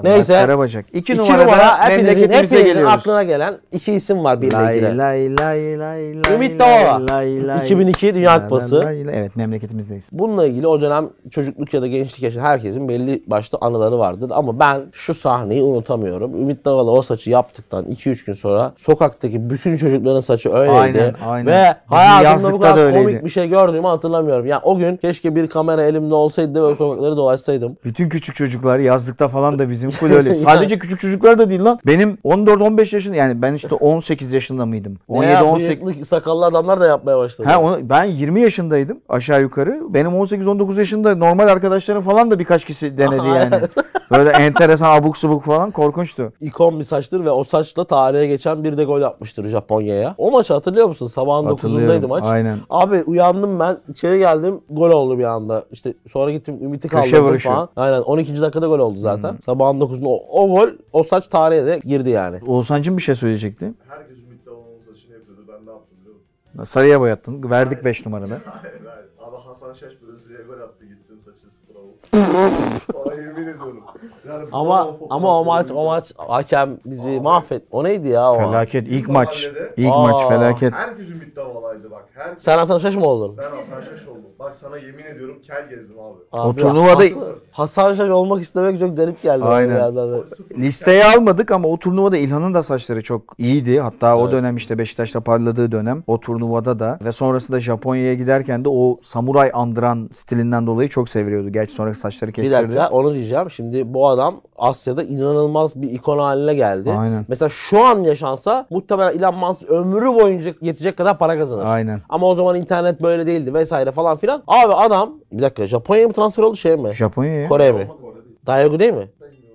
Speaker 1: Neyse.
Speaker 2: Ee, Mert Karabacak. 2
Speaker 1: İki
Speaker 2: numarada
Speaker 1: numara hepinizin,
Speaker 2: memleketimize
Speaker 1: hepinizin
Speaker 2: geliyoruz.
Speaker 1: aklına gelen iki isim var bir
Speaker 2: Lay
Speaker 1: ilgili.
Speaker 2: lay lay lay lay
Speaker 1: Ümit
Speaker 2: lay
Speaker 1: Davala.
Speaker 2: lay lay.
Speaker 1: 2002 Dünya
Speaker 2: Lay lay
Speaker 1: Kupası.
Speaker 2: lay lay. Evet memleketimizdeyiz.
Speaker 1: Bununla ilgili o dönem çocukluk ya da gençlik yaşayan herkesin belli başlı anıları vardır. Ama ben şu sahneyi unutamıyorum. Ümit Davala o saçı yaptıktan 2-3 gün sonra sokaktaki bütün çocukların saçı öyleydi.
Speaker 2: Aynen, aynen.
Speaker 1: Ve
Speaker 2: Bizim
Speaker 1: hayatımda bu
Speaker 2: yazlıkta da
Speaker 1: kadar
Speaker 2: öyleydi.
Speaker 1: komik bir şey gördüğümü hatırlamıyorum. Yani o gün keşke bir kamera elimde olsaydı da böyle sokakları dolaşsaydım.
Speaker 2: Bütün küçük çocuklar yazlıkta falan da bizim full öyle. Sadece küçük çocuklar da değil lan. Benim 14-15 yaşında yani ben işte 18 yaşında mıydım?
Speaker 1: Veya
Speaker 2: 17-18.
Speaker 1: bıyıklı sakallı adamlar da yapmaya başladı.
Speaker 2: Ha, onu, ben 20 yaşındaydım aşağı yukarı. Benim 18-19 yaşında normal arkadaşlarım falan da birkaç kişi denedi yani. Böyle enteresan abuk subuk falan korkunçtu.
Speaker 1: İkon bir saçtır ve o saçla tarihe geçen bir de gol atmıştır Japonya'ya. O maçı hatırlıyor musun? Sabahın
Speaker 2: Hatırlıyorum,
Speaker 1: 9'undaydı maç.
Speaker 2: aynen.
Speaker 1: Abi uyandım ben içeri geldim gol oldu bir anda. İşte sonra gittim Ümit'i
Speaker 2: Köşe
Speaker 1: kaldırdım
Speaker 2: vuruşu. Hmm.
Speaker 1: falan. Aynen 12. dakikada gol oldu zaten. Sabahın 9'unda o, o gol o saç tarihe de girdi yani.
Speaker 2: Oğuzhan'cım bir şey söyleyecekti.
Speaker 5: Herkes Ümit Davala'nın saçını yapıyordu. Ben ne yaptım biliyor musun?
Speaker 2: Sarıya boyattın. Verdik 5 numarada.
Speaker 5: Hayır hayır. Abi Hasan Şaş Brezilya'ya gol attı. Gittim saçını sıfır aldım. Sana yemin ediyorum. Yani
Speaker 1: Ama
Speaker 5: bravo
Speaker 1: ama o maç
Speaker 5: futbol.
Speaker 1: o maç hakem bizi mahvet. O neydi ya o? an?
Speaker 2: Felaket ilk maç.
Speaker 5: Mahallede
Speaker 2: İlk
Speaker 1: Aa.
Speaker 2: maç felaket.
Speaker 5: Herkesin bir davalaydı bak. Her
Speaker 1: Sen Hasan Şaşmaoğlu'nun.
Speaker 5: Ben Hasan Şaş oldum. Bak sana yemin ediyorum kel gezdim abi.
Speaker 1: Abi,
Speaker 2: O turnuvada-
Speaker 1: Hasan- Hasan Şaş olmak istemek çok garip geldi. bana
Speaker 2: Aynen.
Speaker 1: bir yandan da.
Speaker 5: Sıfır
Speaker 2: Listeye almadık ama o turnuvada İlhan'ın da saçları çok iyiydi. Hatta o
Speaker 1: Evet.
Speaker 2: dönem işte Beşiktaş'ta parladığı dönem o turnuvada da ve sonrasında Japonya'ya giderken de o samuray andıran stilinden dolayı çok seviliyordu. Gerçi sonra saçları
Speaker 1: Bir
Speaker 2: kestirdi.
Speaker 1: dakika onu diyeceğim. Şimdi bu adam Asya'da inanılmaz bir ikon haline geldi.
Speaker 2: Aynen.
Speaker 1: Mesela şu an yaşansa muhtemelen Elon Musk ömrü boyunca yetecek kadar para kazanır.
Speaker 2: Aynen.
Speaker 1: Ama o zaman internet böyle değildi vesaire falan filan. Abi adam bir dakika Japonya'ya mı transfer oldu şey mi?
Speaker 2: Japonya'ya.
Speaker 1: Kore'ye mi?
Speaker 5: bu arada değil.
Speaker 1: Daegu değil mi?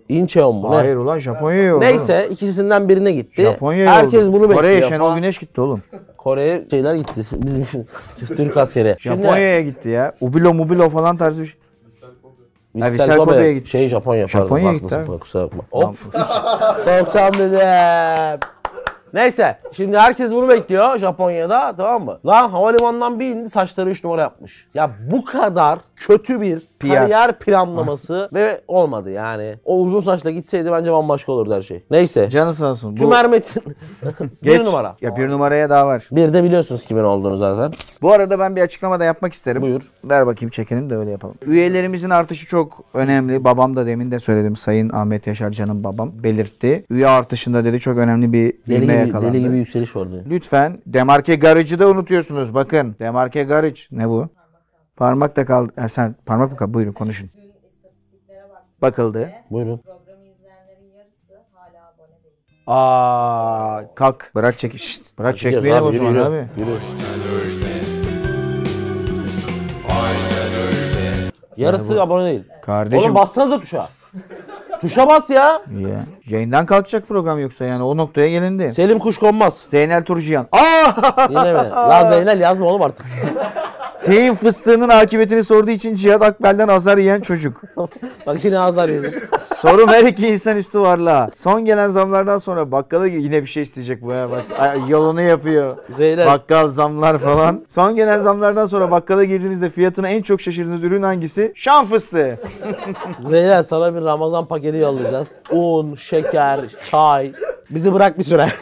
Speaker 1: Incheon mu ne?
Speaker 2: Hayır ulan Japonya'ya yoldu.
Speaker 1: Neyse ikisinden birine gitti.
Speaker 2: Japonya'ya
Speaker 1: Herkes
Speaker 2: yoldu.
Speaker 1: bunu bekliyor.
Speaker 2: Kore'ye
Speaker 1: falan.
Speaker 2: Şenol Güneş gitti oğlum.
Speaker 1: Kore'ye şeyler gitti. Bizim Türk askeri. Şimdi-
Speaker 2: Japonya'ya gitti ya. Ubilo mubilo falan tarzı bir şey.
Speaker 1: Vissel
Speaker 2: Vissel
Speaker 1: Kobe,
Speaker 2: Kobe'ye gitti.
Speaker 1: Şey Japonya pardon.
Speaker 2: Japonya'ya
Speaker 1: haklısın,
Speaker 2: gitti abi.
Speaker 1: Kusura bakma. Hop. Sokacağım dedim. Neyse şimdi herkes bunu bekliyor Japonya'da tamam mı? Lan havalimanından bir indi saçları 3 numara yapmış. Ya bu kadar kötü bir
Speaker 2: PR.
Speaker 1: kariyer planlaması ve olmadı yani. O uzun saçla gitseydi bence bambaşka olurdu her şey. Neyse.
Speaker 2: Canı sağ olsun. Bu
Speaker 1: Tümer Metin bir
Speaker 2: geç.
Speaker 1: numara.
Speaker 2: Ya bir numaraya daha var.
Speaker 1: Bir de biliyorsunuz kimin olduğunu zaten.
Speaker 2: Bu arada ben bir açıklama da yapmak isterim.
Speaker 1: Buyur.
Speaker 2: Ver bakayım çekelim de öyle yapalım. Üyelerimizin artışı çok önemli. Babam da demin de söyledim. Sayın Ahmet Yaşar Can'ın babam belirtti. Üye artışında dedi çok önemli bir
Speaker 1: Deli
Speaker 2: ilme
Speaker 1: gibi,
Speaker 2: yakalandı.
Speaker 1: deli gibi yükseliş oldu.
Speaker 2: Lütfen Demarke Garıcı da unutuyorsunuz. Bakın Demarke Garıç. Ne bu? Parmak da kaldı. Ha, sen parmak mı kaldı? Buyurun konuşun.
Speaker 4: Dün istatistiklere baktığımda
Speaker 2: Bakıldı.
Speaker 1: Buyurun.
Speaker 4: programı izleyenlerin yarısı hala abone değil.
Speaker 2: Aa kalk. Bırak çek. Şşt, bırak çekmeyelim o
Speaker 1: Yürü,
Speaker 2: zaman
Speaker 1: yürü,
Speaker 2: abi.
Speaker 1: yürü. Yarısı abone değil.
Speaker 2: Kardeşim.
Speaker 1: Oğlum bassanıza tuşa. tuşa bas ya.
Speaker 2: Ya. Yayından kalkacak program yoksa yani o noktaya gelindi.
Speaker 1: Selim Kuşkonmaz.
Speaker 2: Zeynel Turcuyan. Aa!
Speaker 1: Yine mi? La Zeynel yazma oğlum artık.
Speaker 2: Teyin fıstığının akıbetini sorduğu için Cihat Akbel'den azar yiyen çocuk.
Speaker 1: Bak yine azar yedi.
Speaker 2: Sorum her iki insan üstü varla. Son gelen zamlardan sonra bakkala yine bir şey isteyecek bu ya bak. Ay, Yolunu yapıyor.
Speaker 1: Zeynel.
Speaker 2: Bakkal zamlar falan. Son gelen zamlardan sonra bakkala girdiğinizde fiyatına en çok şaşırdığınız ürün hangisi? Şan fıstığı.
Speaker 1: Zeynel sana bir Ramazan paketi yollayacağız. Un, şeker, çay. Bizi bırak bir süre.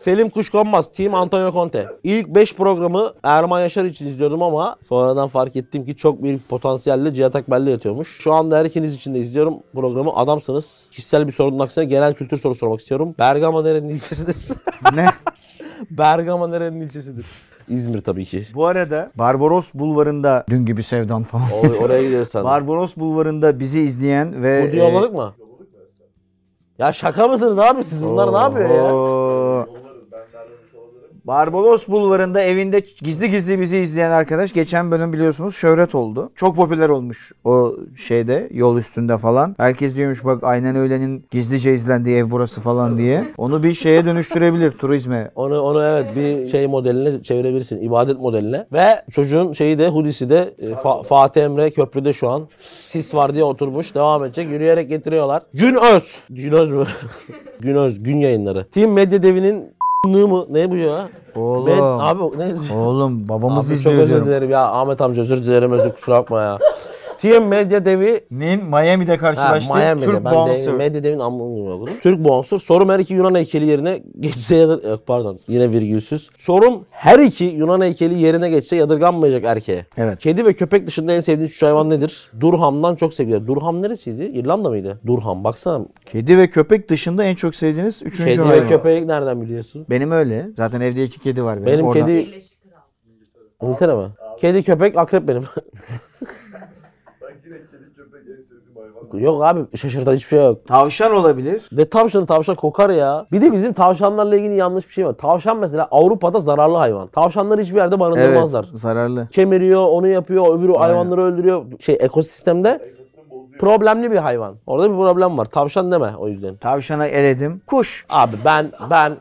Speaker 1: Selim Kuşkonmaz, Team Antonio Conte. İlk 5 programı Erman Yaşar için izliyordum ama sonradan fark ettim ki çok büyük potansiyelle Cihat Akbel'de yatıyormuş. Şu anda her ikiniz için de izliyorum programı. Adamsınız. Kişisel bir sorunun aksine genel kültür soru sormak istiyorum. Bergama nerenin ilçesidir?
Speaker 2: ne?
Speaker 1: Bergama nerenin ilçesidir? İzmir tabii ki.
Speaker 2: Bu arada Barbaros Bulvarı'nda dün gibi sevdan falan.
Speaker 1: O- oraya gidiyorsan.
Speaker 2: Barbaros Bulvarı'nda bizi izleyen ve... e,
Speaker 1: Bu yolladık mı? Ya şaka mısınız abi siz bunlar ne yapıyor ya?
Speaker 2: Oo.
Speaker 5: Yollarız ben vermemiş olabilirim.
Speaker 2: Barbaros Bulvarı'nda evinde gizli gizli bizi izleyen arkadaş geçen bölüm biliyorsunuz şöhret oldu. Çok popüler olmuş o şeyde yol üstünde falan. Herkes diyormuş bak aynen öğlenin gizlice izlendiği ev burası falan diye. Onu bir şeye dönüştürebilir turizme.
Speaker 1: Onu onu evet bir şey modeline çevirebilirsin. ibadet modeline. Ve çocuğun şeyi de hudisi de e, Fa- Fatih Emre köprüde şu an. Sis var diye oturmuş. Devam edecek. Yürüyerek getiriyorlar. Gün Öz. Gün Öz mü? gün Öz. Gün yayınları. Team Medya Devi'nin nı mı? Ne bu ya?
Speaker 2: Oğlum.
Speaker 1: Ben, abi ne
Speaker 2: Oğlum babamız
Speaker 1: Abi çok
Speaker 2: izliyor
Speaker 1: özür
Speaker 2: diyorum.
Speaker 1: dilerim ya Ahmet amca özür dilerim özür kusura bakma ya. Team Medya Devi
Speaker 2: Nin Miami'de
Speaker 1: Ha,
Speaker 2: karşılaştı.
Speaker 1: Miami'de.
Speaker 2: Türk
Speaker 1: ben de
Speaker 2: bouncer.
Speaker 1: medya demin amına okudum. Türk bouncer. Sorum her iki Yunan heykeli yerine geçse yadır... Yok, pardon yine virgülsüz. Sorum her iki Yunan heykeli yerine geçse yadırganmayacak erkeğe.
Speaker 2: Evet.
Speaker 1: Kedi ve köpek dışında en sevdiğiniz üç hayvan nedir? Durham'dan çok seviyorum. Durham neresiydi? İrlanda mıydı? Durham baksana.
Speaker 2: Kedi ve köpek dışında en çok sevdiğiniz üçüncü
Speaker 1: Kedi ve
Speaker 2: hayvan.
Speaker 1: köpeği nereden biliyorsun?
Speaker 2: Benim öyle. Zaten evde iki kedi var benim.
Speaker 1: Benim
Speaker 2: Oradan-
Speaker 1: kedi...
Speaker 4: Birleşik Kral.
Speaker 1: İngiltere mi? Kedi, köpek, akrep benim.
Speaker 5: Ben yine kedi köpek en sevdiğim hayvan.
Speaker 1: yok abi şaşırtan hiçbir şey yok.
Speaker 2: Tavşan olabilir.
Speaker 1: Ne tavşanı tavşan kokar ya. Bir de bizim tavşanlarla ilgili yanlış bir şey var. Tavşan mesela Avrupa'da zararlı hayvan. Tavşanları hiçbir yerde barındırmazlar.
Speaker 2: Evet, zararlı.
Speaker 1: Kemiriyor, onu yapıyor, öbürü hayvanları öldürüyor. Şey ekosistemde
Speaker 5: Kafasını bozuyor.
Speaker 1: problemli bir hayvan. Orada bir problem var. Tavşan deme o yüzden.
Speaker 2: Tavşana eledim. Kuş.
Speaker 1: Abi ben ben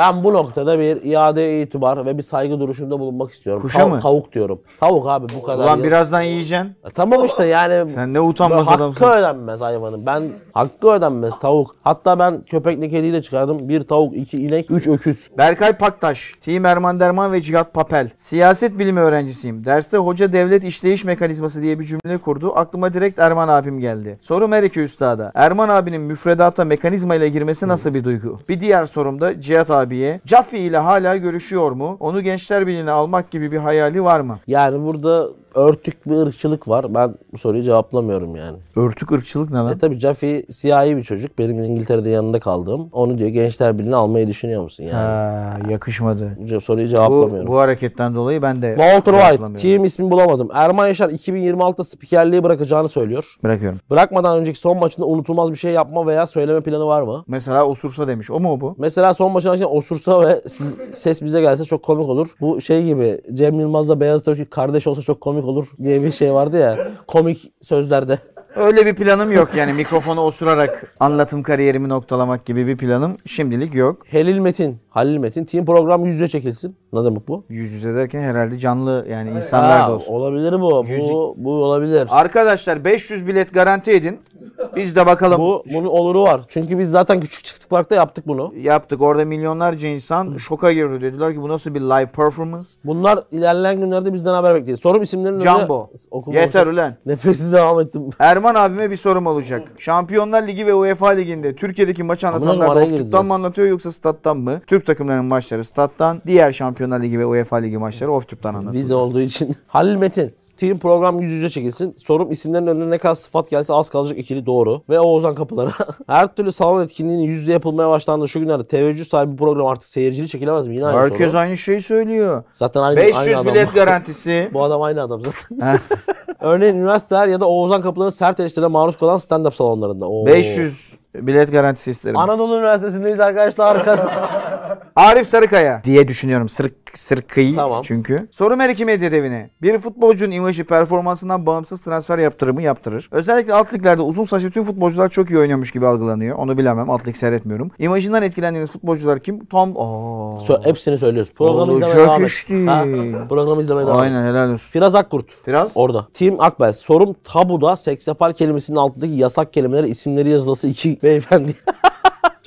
Speaker 1: Ben bu noktada bir iade itibar ve bir saygı duruşunda bulunmak istiyorum.
Speaker 2: Kuşa
Speaker 1: Tav-
Speaker 2: mı?
Speaker 1: Tavuk diyorum. Tavuk abi bu kadar.
Speaker 2: Ulan
Speaker 1: ya-
Speaker 2: birazdan yiyeceksin.
Speaker 1: E, Tamam işte yani.
Speaker 2: Sen ne utanmaz
Speaker 1: hakkı
Speaker 2: adamsın.
Speaker 1: ödenmez hayvanın. Ben hakkı ödenmez tavuk. Hatta ben köpekle kediyle çıkardım. Bir tavuk, iki inek, üç öküz.
Speaker 2: Berkay Paktaş, Team Erman Derman ve Cihat Papel. Siyaset bilimi öğrencisiyim. Derste hoca devlet işleyiş mekanizması diye bir cümle kurdu. Aklıma direkt Erman abim geldi. Sorum her iki üstada. Erman abinin müfredata mekanizma ile girmesi nasıl bir duygu? Bir diğer sorum da Cihat abiye. Caffi ile hala görüşüyor mu? Onu gençler birliğine almak gibi bir hayali var mı?
Speaker 1: Yani burada örtük bir ırkçılık var. Ben bu soruyu cevaplamıyorum yani.
Speaker 2: Örtük ırkçılık ne
Speaker 1: E tabi Jaffe siyahi bir çocuk. Benim İngiltere'de yanında kaldığım. Onu diyor Gençler Birliği'ne almayı düşünüyor musun yani?
Speaker 2: Ha, yakışmadı.
Speaker 1: Bu soruyu
Speaker 2: Bu,
Speaker 1: cevaplamıyorum.
Speaker 2: bu hareketten dolayı ben de
Speaker 1: Walter White,
Speaker 2: cevaplamıyorum.
Speaker 1: team ismi bulamadım. Erman Yaşar 2026'da spikerliği bırakacağını söylüyor.
Speaker 2: Bırakıyorum.
Speaker 1: Bırakmadan önceki son maçında unutulmaz bir şey yapma veya söyleme planı var mı?
Speaker 2: Mesela osursa demiş. O mu bu?
Speaker 1: Mesela son maçın akşam osursa ve siz- ses bize gelse çok komik olur. Bu şey gibi Cem Yılmaz'la Beyaz Türk kardeş olsa çok komik olur diye bir şey vardı ya komik sözlerde.
Speaker 2: Öyle bir planım yok yani mikrofonu osurarak anlatım kariyerimi noktalamak gibi bir planım şimdilik yok.
Speaker 1: Halil Metin, Halil Metin team program yüz yüze çekilsin. Ne demek bu?
Speaker 2: Yüz yüze derken herhalde canlı yani insanlar
Speaker 1: Ha,
Speaker 2: da olsun.
Speaker 1: Olabilir bu. Bu, bu olabilir.
Speaker 2: Arkadaşlar 500 bilet garanti edin. Biz de bakalım.
Speaker 1: Bu bunun oluru var. Çünkü biz zaten küçük çiftlik parkta yaptık bunu.
Speaker 2: Yaptık orada milyonlarca insan şoka girdi dediler ki bu nasıl bir live performance?
Speaker 1: Bunlar ilerleyen günlerde bizden haber bekliyor. Sorum isimlerini
Speaker 2: Jumbo. Yeter ulan.
Speaker 1: Nefessiz devam ettim.
Speaker 2: Erman abime bir sorum olacak. Şampiyonlar Ligi ve UEFA Ligi'nde Türkiye'deki maçı
Speaker 1: Abone
Speaker 2: anlatanlar
Speaker 1: numaraya
Speaker 2: off-tube'dan
Speaker 1: gireceğiz.
Speaker 2: mı anlatıyor yoksa stat'tan mı? Türk takımlarının maçları stat'tan, diğer Şampiyonlar Ligi ve UEFA Ligi maçları off-tube'dan anlatıyor.
Speaker 1: Vize olduğu için. Halil Metin. Team program yüz yüze çekilsin. Sorum isimlerin önüne ne kadar sıfat gelse az kalacak ikili doğru. Ve Oğuzhan Kapıları. Her türlü salon etkinliğinin yüz yüze yapılmaya başlandığı şu günlerde teveccüh sahibi program artık seyircili çekilemez mi? Yine aynı
Speaker 2: Herkes
Speaker 1: soru.
Speaker 2: aynı şeyi söylüyor.
Speaker 1: Zaten aynı,
Speaker 2: 500
Speaker 1: aynı adam.
Speaker 2: bilet garantisi.
Speaker 1: Bu adam aynı adam zaten. Örneğin üniversiteler ya da Oğuzhan Kapılar'ın sert eleştirilere maruz kalan stand-up salonlarında. Oo.
Speaker 2: 500 bilet garantisi isterim.
Speaker 1: Anadolu Üniversitesi'ndeyiz arkadaşlar arkası.
Speaker 2: Arif Sarıkaya diye düşünüyorum. Sırk, sırkıyı
Speaker 1: Tamam.
Speaker 2: çünkü. Soru Meriki Medya Devine. Bir futbolcunun imajı performansından bağımsız transfer yaptırımı yaptırır. Özellikle alt liglerde uzun saçlı tüm futbolcular çok iyi oynuyormuş gibi algılanıyor. Onu bilemem. Alt lig seyretmiyorum. İmajından etkilendiğiniz futbolcular kim? Tom... Aa.
Speaker 1: Sö- hepsini söylüyoruz. Programı
Speaker 2: Oğlum,
Speaker 1: izlemeye devam et.
Speaker 2: çöküştü.
Speaker 1: Ha, Programı izlemeye devam et.
Speaker 2: Aynen helal olsun.
Speaker 1: Firaz Akkurt.
Speaker 2: Biraz.
Speaker 1: Orada. Tim Akbel. Sorum tabuda seksapal kelimesinin altındaki yasak kelimeleri isimleri yazılası iki beyefendi.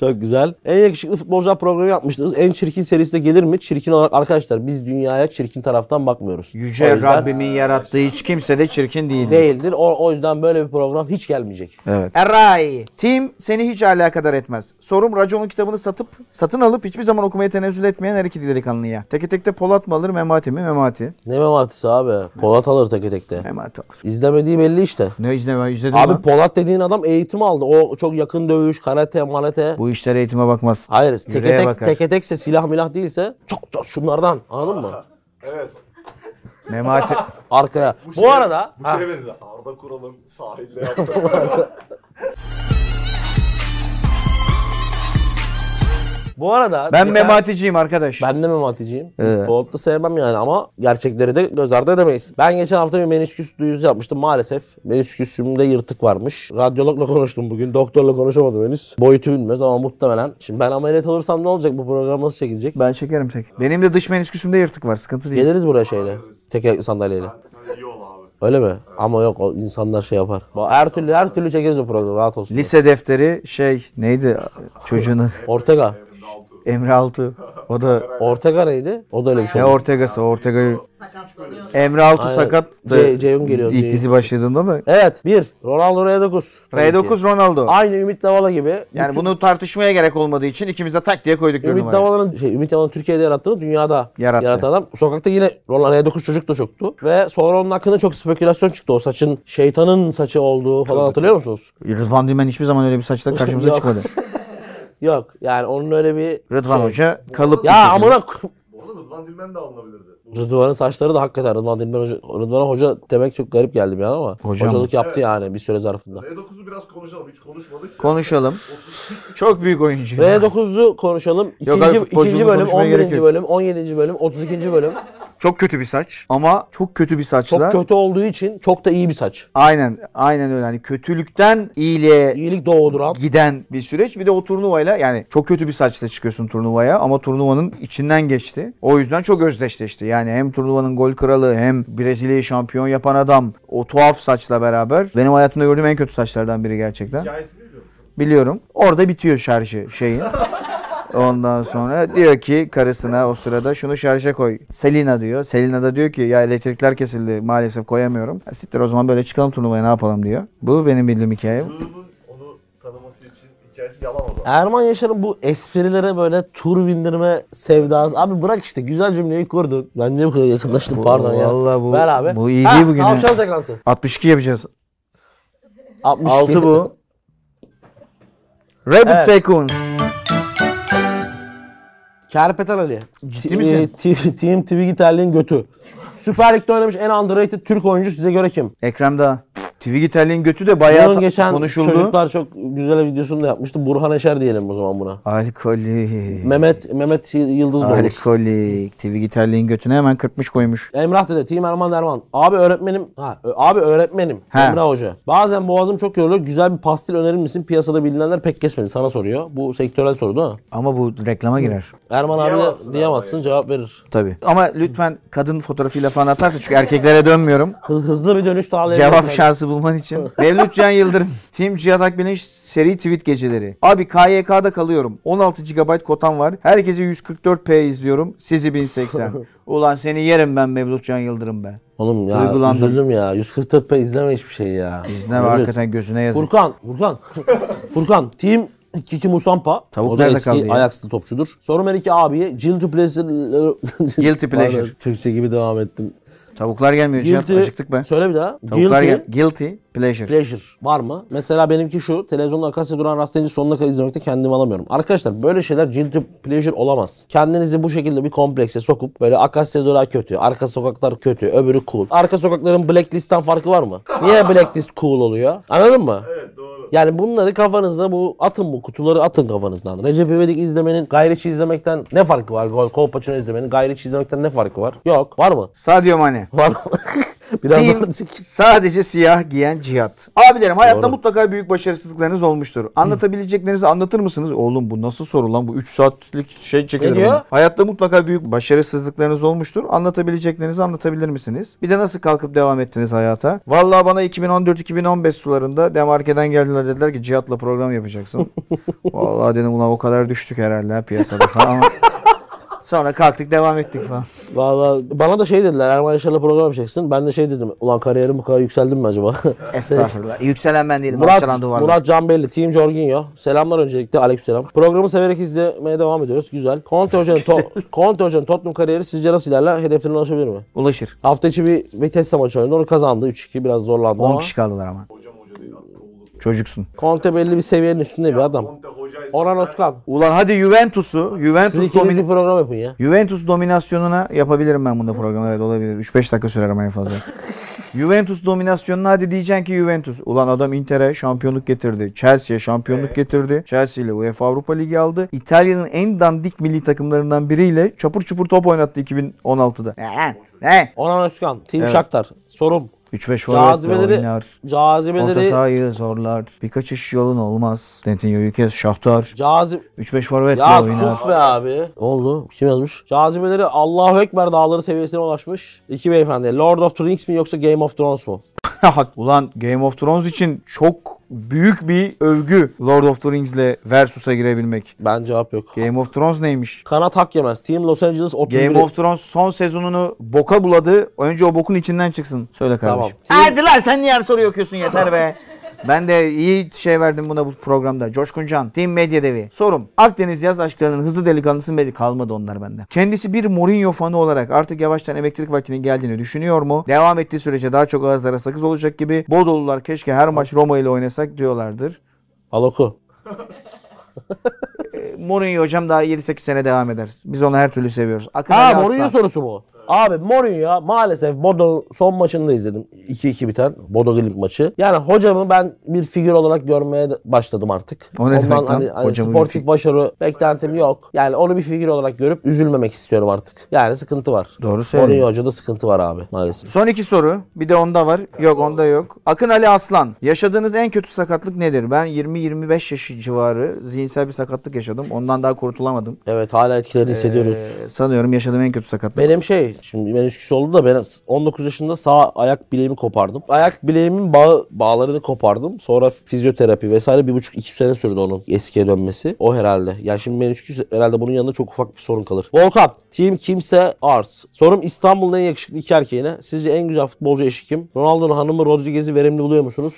Speaker 1: Çok güzel. En yakışıklı futbolcular programı yapmıştınız. En çirkin serisi de gelir mi? Çirkin olarak arkadaşlar biz dünyaya çirkin taraftan bakmıyoruz. O
Speaker 2: Yüce
Speaker 1: yüzden
Speaker 2: Şey, Rabbimin yarattığı hiç kimse de çirkin değildir.
Speaker 1: Değildir. O, o yüzden böyle bir program hiç gelmeyecek.
Speaker 2: Evet. Eray. Tim seni hiç alakadar etmez. Sorum raconun kitabını satıp satın alıp hiçbir zaman okumaya tenezzül etmeyen her iki delikanlıya. Teke tekte Polat mı alır Memati mi? Memati.
Speaker 1: Ne memartisi abi? Polat alır teke tekte.
Speaker 2: Memati alır.
Speaker 1: İzlemediği belli işte.
Speaker 2: Ne izleme izledim
Speaker 1: Abi Polat dediğin adam eğitim aldı. O çok yakın dövüş, karate, marate.
Speaker 2: Bu işlere eğitime bakmaz.
Speaker 1: Hayır, teke
Speaker 2: Yüreğe
Speaker 1: tek,
Speaker 2: bakar.
Speaker 1: teke tekse silah milah değilse çok çok şunlardan. Anladın mı?
Speaker 6: Evet.
Speaker 2: Memati.
Speaker 1: Arkaya. Bu,
Speaker 2: şey-
Speaker 6: şeye-
Speaker 1: arada
Speaker 6: Bu
Speaker 1: ha,
Speaker 6: şeye benzer. Arda Kural'ın sahilde yaptığı
Speaker 1: bu arada
Speaker 2: Ben
Speaker 1: geçen-
Speaker 2: Mematiciyim arkadaş.
Speaker 1: Ben de mematiciyim.
Speaker 2: Evet.
Speaker 1: Polat'ı sevmem yani ama gerçekleri de göz ardı edemeyiz. Ben geçen hafta bir menisküs duyurusu yapmıştım maalesef. Menisküsümde yırtık varmış. Radyologla konuştum bugün. Doktorla konuşamadım henüz. Boyutu bilmiyoruz ama muhtemelen. Şimdi ben ameliyat olursam ne olacak? Bu program nasıl çekilecek?
Speaker 2: Ben şekerim tek. Benim de dış menüsküsümde yırtık var. Sıkıntı değil.
Speaker 1: Geliriz buraya şeyle. Tekerlekli sandalyeyle.
Speaker 6: Sen iyi ol abi.
Speaker 1: Öyle mi? Ama yok o insanlar şey yapar. Ba- Her türlü her türlü çekeriz o programı rahat olsun.
Speaker 2: Lise defteri şey neydi çocuğunun
Speaker 1: Ortega.
Speaker 2: Emre Altu. O da
Speaker 1: Ortega neydi? O da öyle bir şey.
Speaker 2: ne Ortega'sı Ortega'yı
Speaker 4: Sakatlanıyor.
Speaker 2: Emre Altu
Speaker 1: Aynen.
Speaker 2: sakat.
Speaker 1: Ce- Ceyhun geliyor,
Speaker 2: İlk
Speaker 1: Ceyhun.
Speaker 2: dizi başladığında da.
Speaker 1: Evet. Bir. Ronaldo R9.
Speaker 2: R9 Ronaldo.
Speaker 1: Aynı Ümit Davala gibi.
Speaker 2: Yani bunu tartışmaya gerek olmadığı için ikimiz de tak diye koyduk bir
Speaker 1: Ümit
Speaker 2: numarayı.
Speaker 1: Davala'nın şey, Ümit Davala'nın Türkiye'de yarattığını dünyada
Speaker 2: Yarattı.
Speaker 1: yaratan adam. Sokakta yine Ronaldo R9 çocuk da çoktu. Ve sonra onun hakkında çok spekülasyon çıktı. O saçın şeytanın saçı olduğu falan hatırlıyor musunuz?
Speaker 2: Rıdvan Dilmen hiçbir zaman öyle bir saçla karşımıza
Speaker 1: Yok.
Speaker 2: çıkmadı.
Speaker 1: Yok. Yani onun öyle bir
Speaker 2: Rıdvan
Speaker 1: şey-
Speaker 2: Hoca kalıp bir
Speaker 1: Ya
Speaker 2: şekilde-
Speaker 1: amına k-
Speaker 5: Bu arada Rıdvan Dilmen de alınabilirdi. Bu
Speaker 1: Rıdvan'ın saçları da hakikaten Rıdvan Dilmen Hoca, Rıdvan'a hoca demek çok garip geldi bir an ama
Speaker 2: Hocam.
Speaker 1: hocalık yaptı yani bir süre zarfında.
Speaker 5: R9'u biraz konuşalım. Hiç konuşmadık. ya.
Speaker 2: Konuşalım. Çok büyük oyuncu.
Speaker 1: R9'u konuşalım.
Speaker 2: Yok
Speaker 1: İkinci,
Speaker 2: abi, futbolculuğu
Speaker 1: ikinci bölüm,
Speaker 2: konuşmaya gerek
Speaker 1: 11.
Speaker 2: yok.
Speaker 1: bölüm, 17. bölüm, 32. bölüm.
Speaker 2: Çok kötü bir saç ama çok kötü bir saçla.
Speaker 1: Çok kötü olduğu için çok da iyi bir saç.
Speaker 2: Aynen, aynen öyle. Hani kötülükten iyiliğe
Speaker 1: İyilik doğduran.
Speaker 2: giden bir süreç. Bir de o turnuvayla yani çok kötü bir saçla çıkıyorsun turnuvaya ama turnuvanın içinden geçti. O yüzden çok özdeşleşti. Yani hem turnuvanın gol kralı hem Brezilya'yı şampiyon yapan adam o tuhaf saçla beraber benim hayatımda gördüğüm en kötü saçlardan biri gerçekten.
Speaker 5: Hikayesini biliyor musun?
Speaker 2: Biliyorum. Orada bitiyor şarjı şeyin. Ondan sonra diyor ki karısına o sırada şunu şarja koy. Selina diyor. Selina da diyor ki ya elektrikler kesildi maalesef koyamıyorum. "Ya Siktir o zaman böyle çıkalım turnuvaya ne yapalım diyor. Bu benim bildiğim hikaye.
Speaker 6: Cuğu'nun onu tanıması için hikayesi yalan o zaman.
Speaker 1: Erman Yaşar'ın bu esprilere böyle tur bindirme sevdası. Abi bırak işte güzel cümleyi kurdun. Ben niye bu kadar yakınlaştım pardon ya.
Speaker 2: vallahi bu-
Speaker 1: Ver abi.
Speaker 2: bu iyi
Speaker 1: Ha,
Speaker 2: değil bugün
Speaker 1: Tavşan
Speaker 2: ya.
Speaker 1: sekansı.
Speaker 2: 62 yapacağız.
Speaker 1: 62.
Speaker 2: 6 bu. Rabbit
Speaker 1: Evet.
Speaker 2: Sequence.
Speaker 1: Kerpeten Ali. Ciddi
Speaker 2: misin?
Speaker 1: Team Twiggy Terliğin götü. Süper Lig'de oynamış en underrated Türk oyuncu size göre kim?
Speaker 2: Ekrem Dağ. Twiggy Terliğin götü de bayağı
Speaker 1: Bunun
Speaker 2: ta-
Speaker 1: geçen
Speaker 2: konuşuldu.
Speaker 1: çocuklar çok güzel videosunu da yapmıştı. Burhan Eşer diyelim o zaman buna.
Speaker 2: Alkolik.
Speaker 1: Mehmet Mehmet Yıldız da olur.
Speaker 2: Alkolik. Twiggy Terliğin götüne hemen kırpmış koymuş.
Speaker 1: Emrah dede, Team Erman Derman. Abi öğretmenim, ha, ö- abi öğretmenim.
Speaker 2: He.
Speaker 1: Emrah Hoca. Bazen boğazım çok yoruluyor. Güzel bir pastil önerir misin? Piyasada bilinenler pek geçmedi. Sana soruyor. Bu sektörel soru değil mi?
Speaker 2: Ama bu reklama girer.
Speaker 1: Erman abi
Speaker 6: Diyemezsin
Speaker 1: de
Speaker 6: abi.
Speaker 1: diyemezsin cevap verir.
Speaker 2: Tabii. Ama lütfen kadın fotoğrafıyla falan atarsa çünkü erkeklere dönmüyorum.
Speaker 1: Hı- hızlı bir dönüş sağlayabilir.
Speaker 2: Cevap
Speaker 1: miyim?
Speaker 2: şansı bulman için. Mevlüt Can Yıldırım. Team Cihat Akbilinç seri tweet geceleri. Abi KYK'da kalıyorum. 16 GB kotam var. Herkesi 144p izliyorum. Sizi 1080. Ulan seni yerim ben Mevlüt Can Yıldırım be.
Speaker 1: Oğlum ya
Speaker 2: Duygulandım.
Speaker 1: üzüldüm ya. 144p izleme hiçbir şey ya.
Speaker 2: İzleme
Speaker 1: Mevlüt.
Speaker 2: hakikaten gözüne yazık.
Speaker 1: Furkan, Furkan. Furkan, Team Kiki Musampa.
Speaker 2: Tavuk
Speaker 1: o da
Speaker 2: nerede
Speaker 1: eski
Speaker 2: kaldı ya?
Speaker 1: Ajax'lı topçudur. Sorum her iki abiye. Jill to Pleasure.
Speaker 2: Guilty pleasure.
Speaker 1: Pardon, Türkçe gibi devam ettim.
Speaker 2: Tavuklar gelmiyor Cihat.
Speaker 1: Guilty.
Speaker 2: Acıktık be.
Speaker 1: Söyle bir daha.
Speaker 2: Tavuklar
Speaker 1: Guilty
Speaker 2: gel. Guilty pleasure.
Speaker 1: pleasure var mı? Mesela benimki şu. Televizyonda Akasya Duran Rastlayıcı sonuna kadar izlemekte kendimi alamıyorum. Arkadaşlar böyle şeyler guilty pleasure olamaz. Kendinizi bu şekilde bir komplekse sokup böyle Akasya Durağı kötü, arka sokaklar kötü, öbürü cool. Arka sokakların blacklist'ten farkı var mı? Niye blacklist cool oluyor? Anladın mı?
Speaker 5: Evet doğru.
Speaker 1: Yani bunları kafanızda bu atın bu kutuları atın kafanızdan. Recep İvedik izlemenin gayriçi izlemekten ne farkı var? Gol Kolpaçino izlemenin gayriçi izlemekten ne farkı var? Yok. Var mı?
Speaker 2: Sadio Mane.
Speaker 1: Var mı? Biraz
Speaker 2: Team
Speaker 1: daha çık.
Speaker 2: sadece siyah giyen cihat. Abilerim hayatta
Speaker 1: Doğru.
Speaker 2: mutlaka büyük başarısızlıklarınız olmuştur. Anlatabileceklerinizi anlatır mısınız? Oğlum bu nasıl soru lan? Bu 3 saatlik şey çekilir.
Speaker 1: Ne diyor?
Speaker 2: mi? Hayatta mutlaka büyük başarısızlıklarınız olmuştur. Anlatabileceklerinizi anlatabilir misiniz? Bir de nasıl kalkıp devam ettiniz hayata? Vallahi bana 2014-2015 sularında Demarke'den geldiler dediler ki cihatla program yapacaksın. Vallahi dedim ulan o kadar düştük herhalde ha piyasada falan. Sonra kalktık devam ettik falan.
Speaker 1: Valla bana da şey dediler Erman Yaşar'la program yapacaksın. Ben de şey dedim. Ulan kariyerim bu kadar yükseldi mi acaba?
Speaker 2: Estağfurullah. Yükselen ben değilim.
Speaker 1: Murat,
Speaker 2: alçalan duvarlar.
Speaker 1: Murat Canbelli, Team Jorginho. Selamlar öncelikle. Aleykümselam. Programı severek izlemeye devam ediyoruz. Güzel. Conte Hoca'nın to- Conte Hoca'nın Tottenham kariyeri sizce nasıl ilerler? Hedeflerine ulaşabilir mi?
Speaker 2: Ulaşır.
Speaker 1: Hafta içi bir Vitesse maçı oynadı. Onu kazandı. 3-2 biraz zorlandı
Speaker 2: 10
Speaker 1: ama.
Speaker 2: kişi kaldılar ama.
Speaker 6: Hocam hoca değil. hatta oğlu.
Speaker 2: Çocuksun.
Speaker 1: Conte belli bir seviyenin üstünde bir adam.
Speaker 6: Conte hocaysa
Speaker 1: Orhan
Speaker 6: sen-
Speaker 1: Özkan.
Speaker 2: Ulan hadi Juventus'u,
Speaker 1: Siz
Speaker 2: Juventus
Speaker 1: ikiniz
Speaker 2: domin
Speaker 1: bir program yapın ya.
Speaker 2: Juventus dominasyonuna yapabilirim ben bunda programı. Evet olabilir. 3-5 dakika sürer ama en fazla. Juventus dominasyonuna hadi diyeceksin ki Juventus. Ulan adam Inter'e şampiyonluk getirdi. Chelsea'ye
Speaker 6: Ee?
Speaker 2: şampiyonluk getirdi. Chelsea ile UEFA Avrupa Ligi aldı. İtalya'nın en dandik milli takımlarından biriyle çapur çupur top oynattı 2016'da. Ne
Speaker 6: Ee?
Speaker 2: lan? Ne?
Speaker 1: Orhan Özkan, Team
Speaker 2: Evet.
Speaker 1: Shakhtar. Sorum.
Speaker 2: 3-5 forvetle
Speaker 1: Cazibeleri,
Speaker 2: oynar. Orta
Speaker 1: cazibeleri,
Speaker 2: sahayı zorlar. Birkaç iş yolun olmaz. Dentinho'yu kes. Şahtar.
Speaker 1: cazib,
Speaker 2: 3-5 forvetle
Speaker 1: Ya
Speaker 2: oynar.
Speaker 1: sus be abi. Ne oldu? Kim yazmış? Cazibeleri Allahu Ekber dağları seviyesine ulaşmış. İki beyefendi. Lord of the Rings mi yoksa Game of Thrones mu?
Speaker 2: Ulan Game of Thrones için çok büyük bir övgü Lord of the Rings ile Versus'a girebilmek.
Speaker 1: Ben cevap yok.
Speaker 2: Game of Thrones neymiş?
Speaker 1: Kanat hak yemez. Team Los Angeles 31.
Speaker 2: Game of Thrones son sezonunu boka buladı. Önce o bokun içinden çıksın. Söyle
Speaker 1: Tamam.
Speaker 2: kardeşim. Hadi lan sen niye her soruyu okuyorsun yeter be. Ben de iyi şey verdim buna bu programda. Coşkun Can, Team Medya Devi. Sorum. Akdeniz yaz aşklarının hızlı delikanlısı mı? Kalmadı onlar bende. Kendisi bir Mourinho fanı olarak artık yavaştan emeklilik vaktinin geldiğini düşünüyor mu? Devam ettiği sürece daha çok ağızlara sakız olacak gibi. Bodolular keşke her maç Roma ile oynasak diyorlardır.
Speaker 1: Al oku.
Speaker 2: E, Mourinho hocam daha 7-8 sene devam eder. Biz onu her türlü seviyoruz. Akın
Speaker 1: Ha
Speaker 2: Ali
Speaker 1: Mourinho
Speaker 2: Aslan.
Speaker 1: sorusu mu? Abi Mourinho maalesef Bodo son maçını da izledim. 2-2 biten Bodo Glimt maçı. Yani hocamı ben bir figür olarak görmeye de- başladım artık.
Speaker 2: O ne demek lan?
Speaker 1: hani, hani
Speaker 2: Hocamı bir
Speaker 1: sportif
Speaker 2: fig-
Speaker 1: başarı beklentim yok. Yani onu bir figür olarak görüp üzülmemek istiyorum artık. Yani sıkıntı var.
Speaker 2: Doğru söylüyor.
Speaker 1: Mourinho hocada sıkıntı var abi maalesef.
Speaker 2: Son iki soru. Bir de onda var. Yok onda yok. Akın Ali Aslan. Yaşadığınız en kötü sakatlık nedir? Ben 20-25 yaşı civarı zihinsel bir sakatlık yaşadım. Ondan daha kurtulamadım.
Speaker 1: Evet hala etkilerini hissediyoruz.
Speaker 2: Ee, sanıyorum yaşadığım en kötü sakatlık.
Speaker 1: Benim şey şimdi menüsküs oldu da ben 19 yaşında sağ ayak bileğimi kopardım. Ayak bileğimin bağı, bağlarını kopardım. Sonra fizyoterapi vesaire bir buçuk iki sene sürdü onun eskiye dönmesi. O herhalde. Yani şimdi menüsküs herhalde bunun yanında çok ufak bir sorun kalır. Volkan. Team Kimse Arts. Sorum İstanbul'un en yakışıklı iki erkeğine. Sizce en güzel futbolcu eşi kim? Ronaldo'nun hanımı Rodriguez'i verimli buluyor musunuz?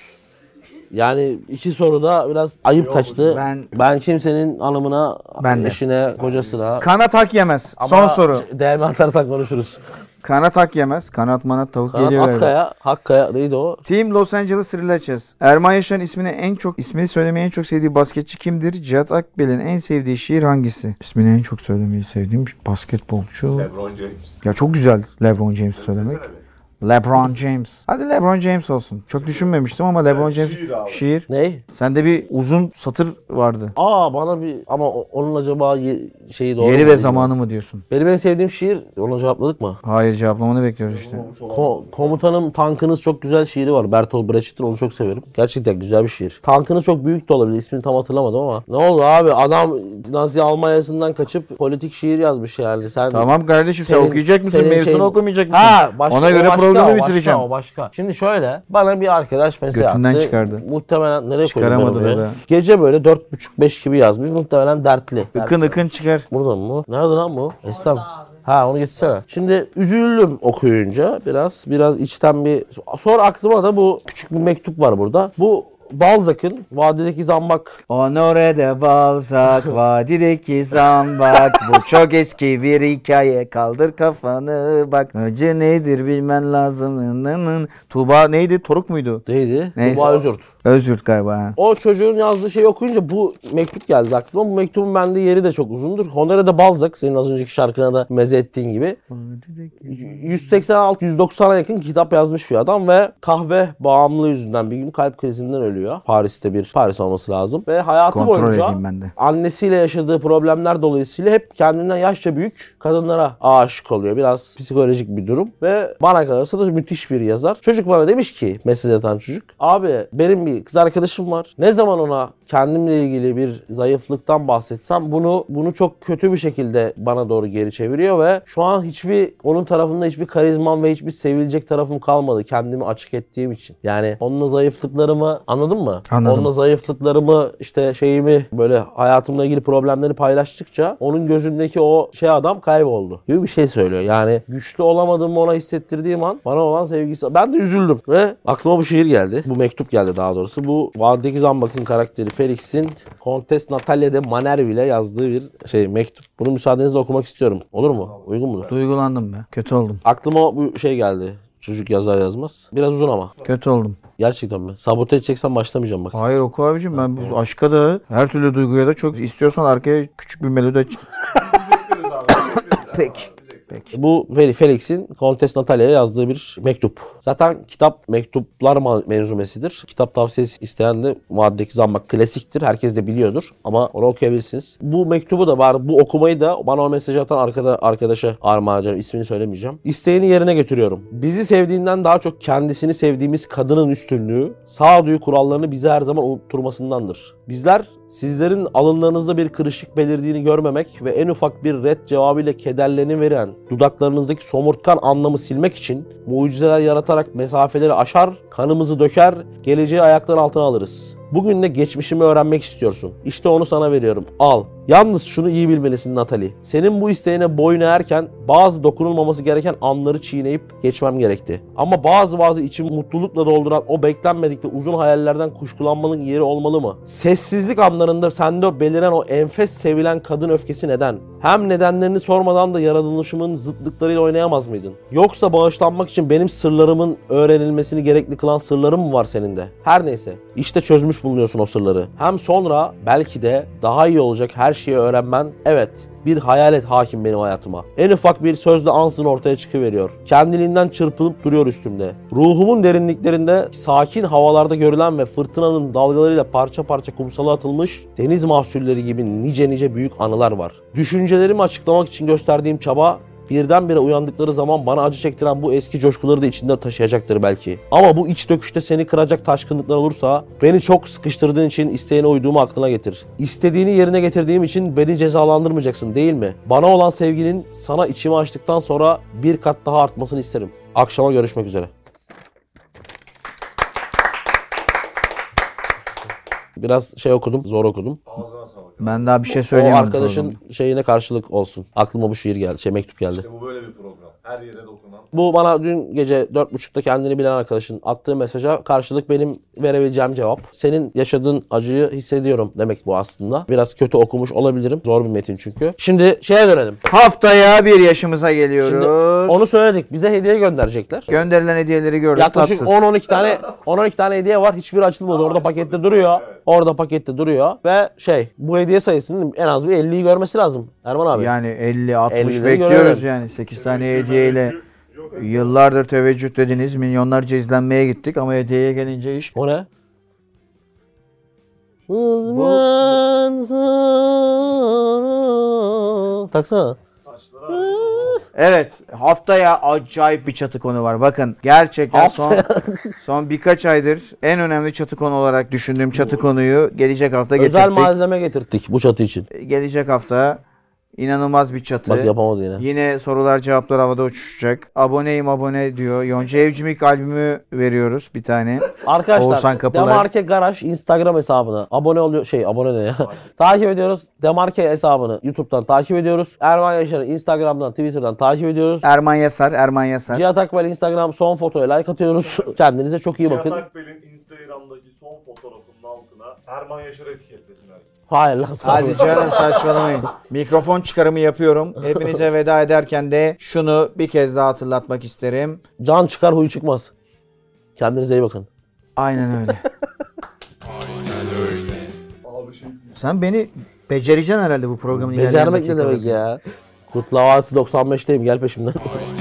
Speaker 1: Yani iki soruda biraz ayıp kaçtı.
Speaker 2: ben-
Speaker 1: Ben, kimsenin hanımına,
Speaker 2: Ben de.
Speaker 1: eşine, kocasına.
Speaker 2: Kanat hak yemez. Son soru.
Speaker 1: Değerli atarsak konuşuruz.
Speaker 2: Kanat hak yemez. Kanat manat tavuk
Speaker 1: Kanat
Speaker 2: geliyor. galiba.
Speaker 1: Akkaya, Hakkaya neydi o?
Speaker 2: Team Los Angeles Relaxers. Erman Yaşar'ın ismini en çok ismini söylemeyi en çok sevdiği basketçi kimdir? Cihat Akbel'in en sevdiği şiir hangisi? İsmini en çok söylemeyi sevdiğim basketbolcu.
Speaker 6: LeBron James.
Speaker 2: Ya çok güzel LeBron James söylemek.
Speaker 6: Desene bir.
Speaker 2: LeBron James. Hadi LeBron James olsun. Çok düşünmemiştim ama LeBron James
Speaker 6: şiir abi.
Speaker 2: şiir.
Speaker 1: Ney?
Speaker 2: Sende bir uzun satır vardı.
Speaker 1: Aa bana bir ama o- onun acaba ye- şeyi doğru
Speaker 2: Yeri
Speaker 1: mu
Speaker 2: ve
Speaker 1: değil mi?
Speaker 2: zamanı mı diyorsun?
Speaker 1: Benim en sevdiğim şiir, ona cevapladık mı?
Speaker 2: Hayır cevaplamanı bekliyoruz işte.
Speaker 1: Ko- komutanım tankınız çok güzel şiiri var. Bertolt Brecht'in onu çok severim. Gerçekten güzel bir şiir. Tankınız çok büyük de olabilir. İsmini tam hatırlamadım ama. Ne oldu abi? Adam Nazi Almanya'sından kaçıp politik şiir yazmış yani. Sen
Speaker 2: Tamam kardeşim sen
Speaker 1: Senin-
Speaker 2: okuyacak mısın?
Speaker 1: senin
Speaker 2: Mevzunu
Speaker 1: şeyin-
Speaker 2: okumayacak mısın?
Speaker 1: Ha, başka,
Speaker 2: Ona göre
Speaker 1: o başka,
Speaker 2: programı
Speaker 1: o başka,
Speaker 2: bitireceğim.
Speaker 1: o başka. Şimdi şöyle bana bir arkadaş mesaj
Speaker 2: Götünden
Speaker 1: attı.
Speaker 2: çıkardı.
Speaker 1: Muhtemelen nereye koydum ben
Speaker 2: Çıkaramadı
Speaker 1: oraya?
Speaker 2: da.
Speaker 1: Gece böyle dört buçuk beş gibi yazmış. Muhtemelen dertli.
Speaker 2: Ikın ıkın çıkar.
Speaker 1: Burada mı? Nerede lan bu? Estam.
Speaker 4: abi.
Speaker 1: Ha onu getirsene. Şimdi üzüldüm okuyunca biraz biraz içten bir sonra aklıma da bu küçük bir mektup var burada. Bu Balzac'ın Vadideki Zambak
Speaker 2: Honore de Balzac, vadideki zambak. Bu çok eski bir hikaye. Kaldır kafanı bak. Acı nedir bilmen lazım. Nın nın. Tuğba neydi? Toruk muydu?
Speaker 1: neydi?
Speaker 2: Neyse.
Speaker 1: Tuğba Özürt.
Speaker 2: Özürt galiba. ha.
Speaker 1: O çocuğun yazdığı şeyi okuyunca bu mektup geldi aklıma. Bu mektubun bende yeri de çok uzundur. Honore de Balzac senin az önceki şarkına da meze ettiğin gibi. 186-190'a yakın kitap yazmış bir adam ve kahve bağımlılığı yüzünden bir gün kalp krizinden ölüyor. Paris'te bir Paris olması lazım. Ve hayatı
Speaker 2: Kontrol edeyim
Speaker 1: boyunca
Speaker 2: ben de.
Speaker 1: annesiyle yaşadığı problemler dolayısıyla hep kendinden yaşça büyük kadınlara aşık oluyor. Biraz psikolojik bir durum ve bana kalırsa da müthiş bir yazar. Çocuk bana demiş ki mesaj atan çocuk. Abi benim bir kız arkadaşım var. Ne zaman ona kendimle ilgili bir zayıflıktan bahsetsem bunu bunu çok kötü bir şekilde bana doğru geri çeviriyor ve şu an hiçbir onun tarafında hiçbir karizmam ve hiçbir sevilecek tarafım kalmadı kendimi açık ettiğim için. Yani onunla zayıflıklarımı anladın mı?
Speaker 2: Anladım.
Speaker 1: Onunla zayıflıklarımı işte şeyimi böyle hayatımla ilgili problemleri paylaştıkça onun gözündeki o şey adam kayboldu gibi bir şey söylüyor. Yani güçlü olamadığımı ona hissettirdiğim an bana olan sevgisi. Ben de üzüldüm ve aklıma bu şiir geldi. Bu mektup geldi daha doğrusu. Bu Vadideki Zambak'ın karakteri Felix'in Kontes Natalia de Manerville'e yazdığı bir şey mektup. Bunu müsaadenizle okumak istiyorum. Olur mu? Uygun mudur?
Speaker 2: Duygulandım be. Kötü oldum.
Speaker 1: Aklıma bu şey geldi. Çocuk yazar yazmaz. Biraz uzun ama.
Speaker 2: Kötü oldum.
Speaker 1: Gerçekten mi? Sabote edeceksen başlamayacağım bak.
Speaker 2: Hayır oku abicim ben bu aşka da her türlü duyguya da çok istiyorsan arkaya küçük bir melodi aç. Peki.
Speaker 1: Bu Fel- Felix'in Kontes Natalia'ya yazdığı bir mektup. Zaten kitap mektuplar ma- menzumesidir. Kitap tavsiyesi isteyen de Vadideki Zambak klasiktir. Herkes de biliyordur ama onu okuyabilirsiniz. Bu mektubu da var, bu okumayı da bana o mesajı atan arkada, arkadaşa armağan ediyorum. İsmini söylemeyeceğim. İsteğini yerine getiriyorum. Bizi sevdiğinden daha çok kendisini sevdiğimiz kadının üstünlüğü, sağduyu kurallarını bize her zaman unutturmasındandır. Bizler Sizlerin alınlarınızda bir kırışık belirdiğini görmemek ve en ufak bir red cevabıyla kederlerini veren dudaklarınızdaki somurtkan anlamı silmek için mucizeler yaratarak mesafeleri aşar, kanımızı döker, geleceği ayaklar altına alırız. Bugün de geçmişimi öğrenmek istiyorsun. İşte onu sana veriyorum. Al. Yalnız şunu iyi bilmelisin Natali. Senin bu isteğine boyun eğerken bazı dokunulmaması gereken anları çiğneyip geçmem gerekti. Ama bazı bazı içimi mutlulukla dolduran o beklenmedik ve uzun hayallerden kuşkulanmanın yeri olmalı mı? Sessizlik anlarında sende o beliren o enfes sevilen kadın öfkesi neden? Hem nedenlerini sormadan da yaratılışımın zıtlıklarıyla oynayamaz mıydın? Yoksa bağışlanmak için benim sırlarımın öğrenilmesini gerekli kılan sırlarım mı var senin de? Her neyse işte çözmüş bulunuyorsun o sırları. Hem sonra belki de daha iyi olacak her şeyi öğrenmen evet Bir hayalet hakim benim hayatıma. En ufak bir sözle ansın ortaya çıkıveriyor. Kendiliğinden çırpınıp duruyor üstümde. Ruhumun derinliklerinde sakin havalarda görülen ve fırtınanın dalgalarıyla parça parça kumsala atılmış deniz mahsulleri gibi nice nice büyük anılar var. Düşüncelerimi açıklamak için gösterdiğim çaba Birdenbire uyandıkları zaman bana acı çektiren bu eski coşkuları da içinde taşıyacaktır belki. Ama bu iç döküşte seni kıracak taşkınlıklar olursa beni çok sıkıştırdığın için isteğine uyduğumu aklına getir. İstediğini yerine getirdiğim için beni cezalandırmayacaksın değil mi? Bana olan sevginin sana içimi açtıktan sonra bir kat daha artmasını isterim. Akşama görüşmek üzere. Biraz şey okudum, zor okudum.
Speaker 6: Ağzına sağlık.
Speaker 2: Ben daha bir şey
Speaker 1: O
Speaker 2: söyleyemedim.
Speaker 1: arkadaşın
Speaker 2: programda.
Speaker 1: şeyine karşılık olsun. Aklıma bu şiir geldi, şey mektup geldi.
Speaker 6: İşte bu böyle bir program. Her yere dokunan.
Speaker 1: Bu bana dün gece 4.30'da kendini bilen arkadaşın attığı mesaja karşılık benim verebileceğim cevap. Senin yaşadığın acıyı hissediyorum demek bu aslında. Biraz kötü okumuş olabilirim. Zor bir metin çünkü. Şimdi şeye dönelim.
Speaker 2: Haftaya bir yaşımıza geliyoruz.
Speaker 1: Şimdi onu söyledik. Bize hediye gönderecekler.
Speaker 2: Gönderilen hediyeleri gördük.
Speaker 1: Yaklaşık
Speaker 2: tatsız.
Speaker 1: 10-12 tane 10-12 tane hediye var. Hiçbiri açılmadı. Orada pakette duruyor. Orada pakette duruyor. Ve şey bu hediye sayısının en az bir 50'yi görmesi lazım. Erman abi.
Speaker 2: Yani 50 60
Speaker 1: 50'leri
Speaker 2: bekliyoruz
Speaker 1: göremedim.
Speaker 2: yani 8 tane hediyeyle. Yıllardır teveccüh dediniz. Milyonlarca izlenmeye gittik ama hediyeye gelince iş
Speaker 1: O ne? Kız ben sana... Taksana.
Speaker 6: Saçlara ayrı
Speaker 2: Evet haftaya acayip bir çatı konu var. Bakın gerçekten son son birkaç aydır en önemli çatı konu olarak düşündüğüm çatı konuyu gelecek hafta
Speaker 1: Özel
Speaker 2: getirdik.
Speaker 1: malzeme getirttik bu çatı için.
Speaker 2: gelecek hafta inanılmaz bir çatı.
Speaker 1: Bak yapamadı yine.
Speaker 2: Yine sorular cevaplar havada uçuşacak. Aboneyim abone diyor. Yonca Evcimik albümü veriyoruz bir tane.
Speaker 1: Arkadaşlar
Speaker 2: Oğuzhan Kapılar.
Speaker 1: Demarke Garaj Instagram hesabını abone oluyor şey abone ne ya? takip ediyoruz. Demarke hesabını YouTube'dan takip ediyoruz. Erman Yaşar'ı Instagram'dan Twitter'dan takip ediyoruz.
Speaker 2: Erman Yasar, Erman Yasar.
Speaker 1: Cihat Akbel Instagram son fotoya like atıyoruz. Kendinize çok iyi
Speaker 6: Cihat
Speaker 1: bakın.
Speaker 6: Akbel'in Instagram'daki son fotoğrafının altına Erman Yaşar'ı etiketlesin herkes.
Speaker 1: Hayır lan sağ olun.
Speaker 2: Hadi canım saçmalamayın. Mikrofon çıkarımı yapıyorum. Hepinize veda ederken de şunu bir kez daha hatırlatmak isterim.
Speaker 1: Can çıkar huy çıkmaz. Kendinize iyi bakın.
Speaker 2: Aynen öyle.
Speaker 5: Abi şey
Speaker 2: Sen beni becereceksin herhalde bu programın ilerleyen
Speaker 1: Becermek ne
Speaker 2: dakikalarında.
Speaker 1: demek ya? Kutlavası 95'teyim gel peşimden.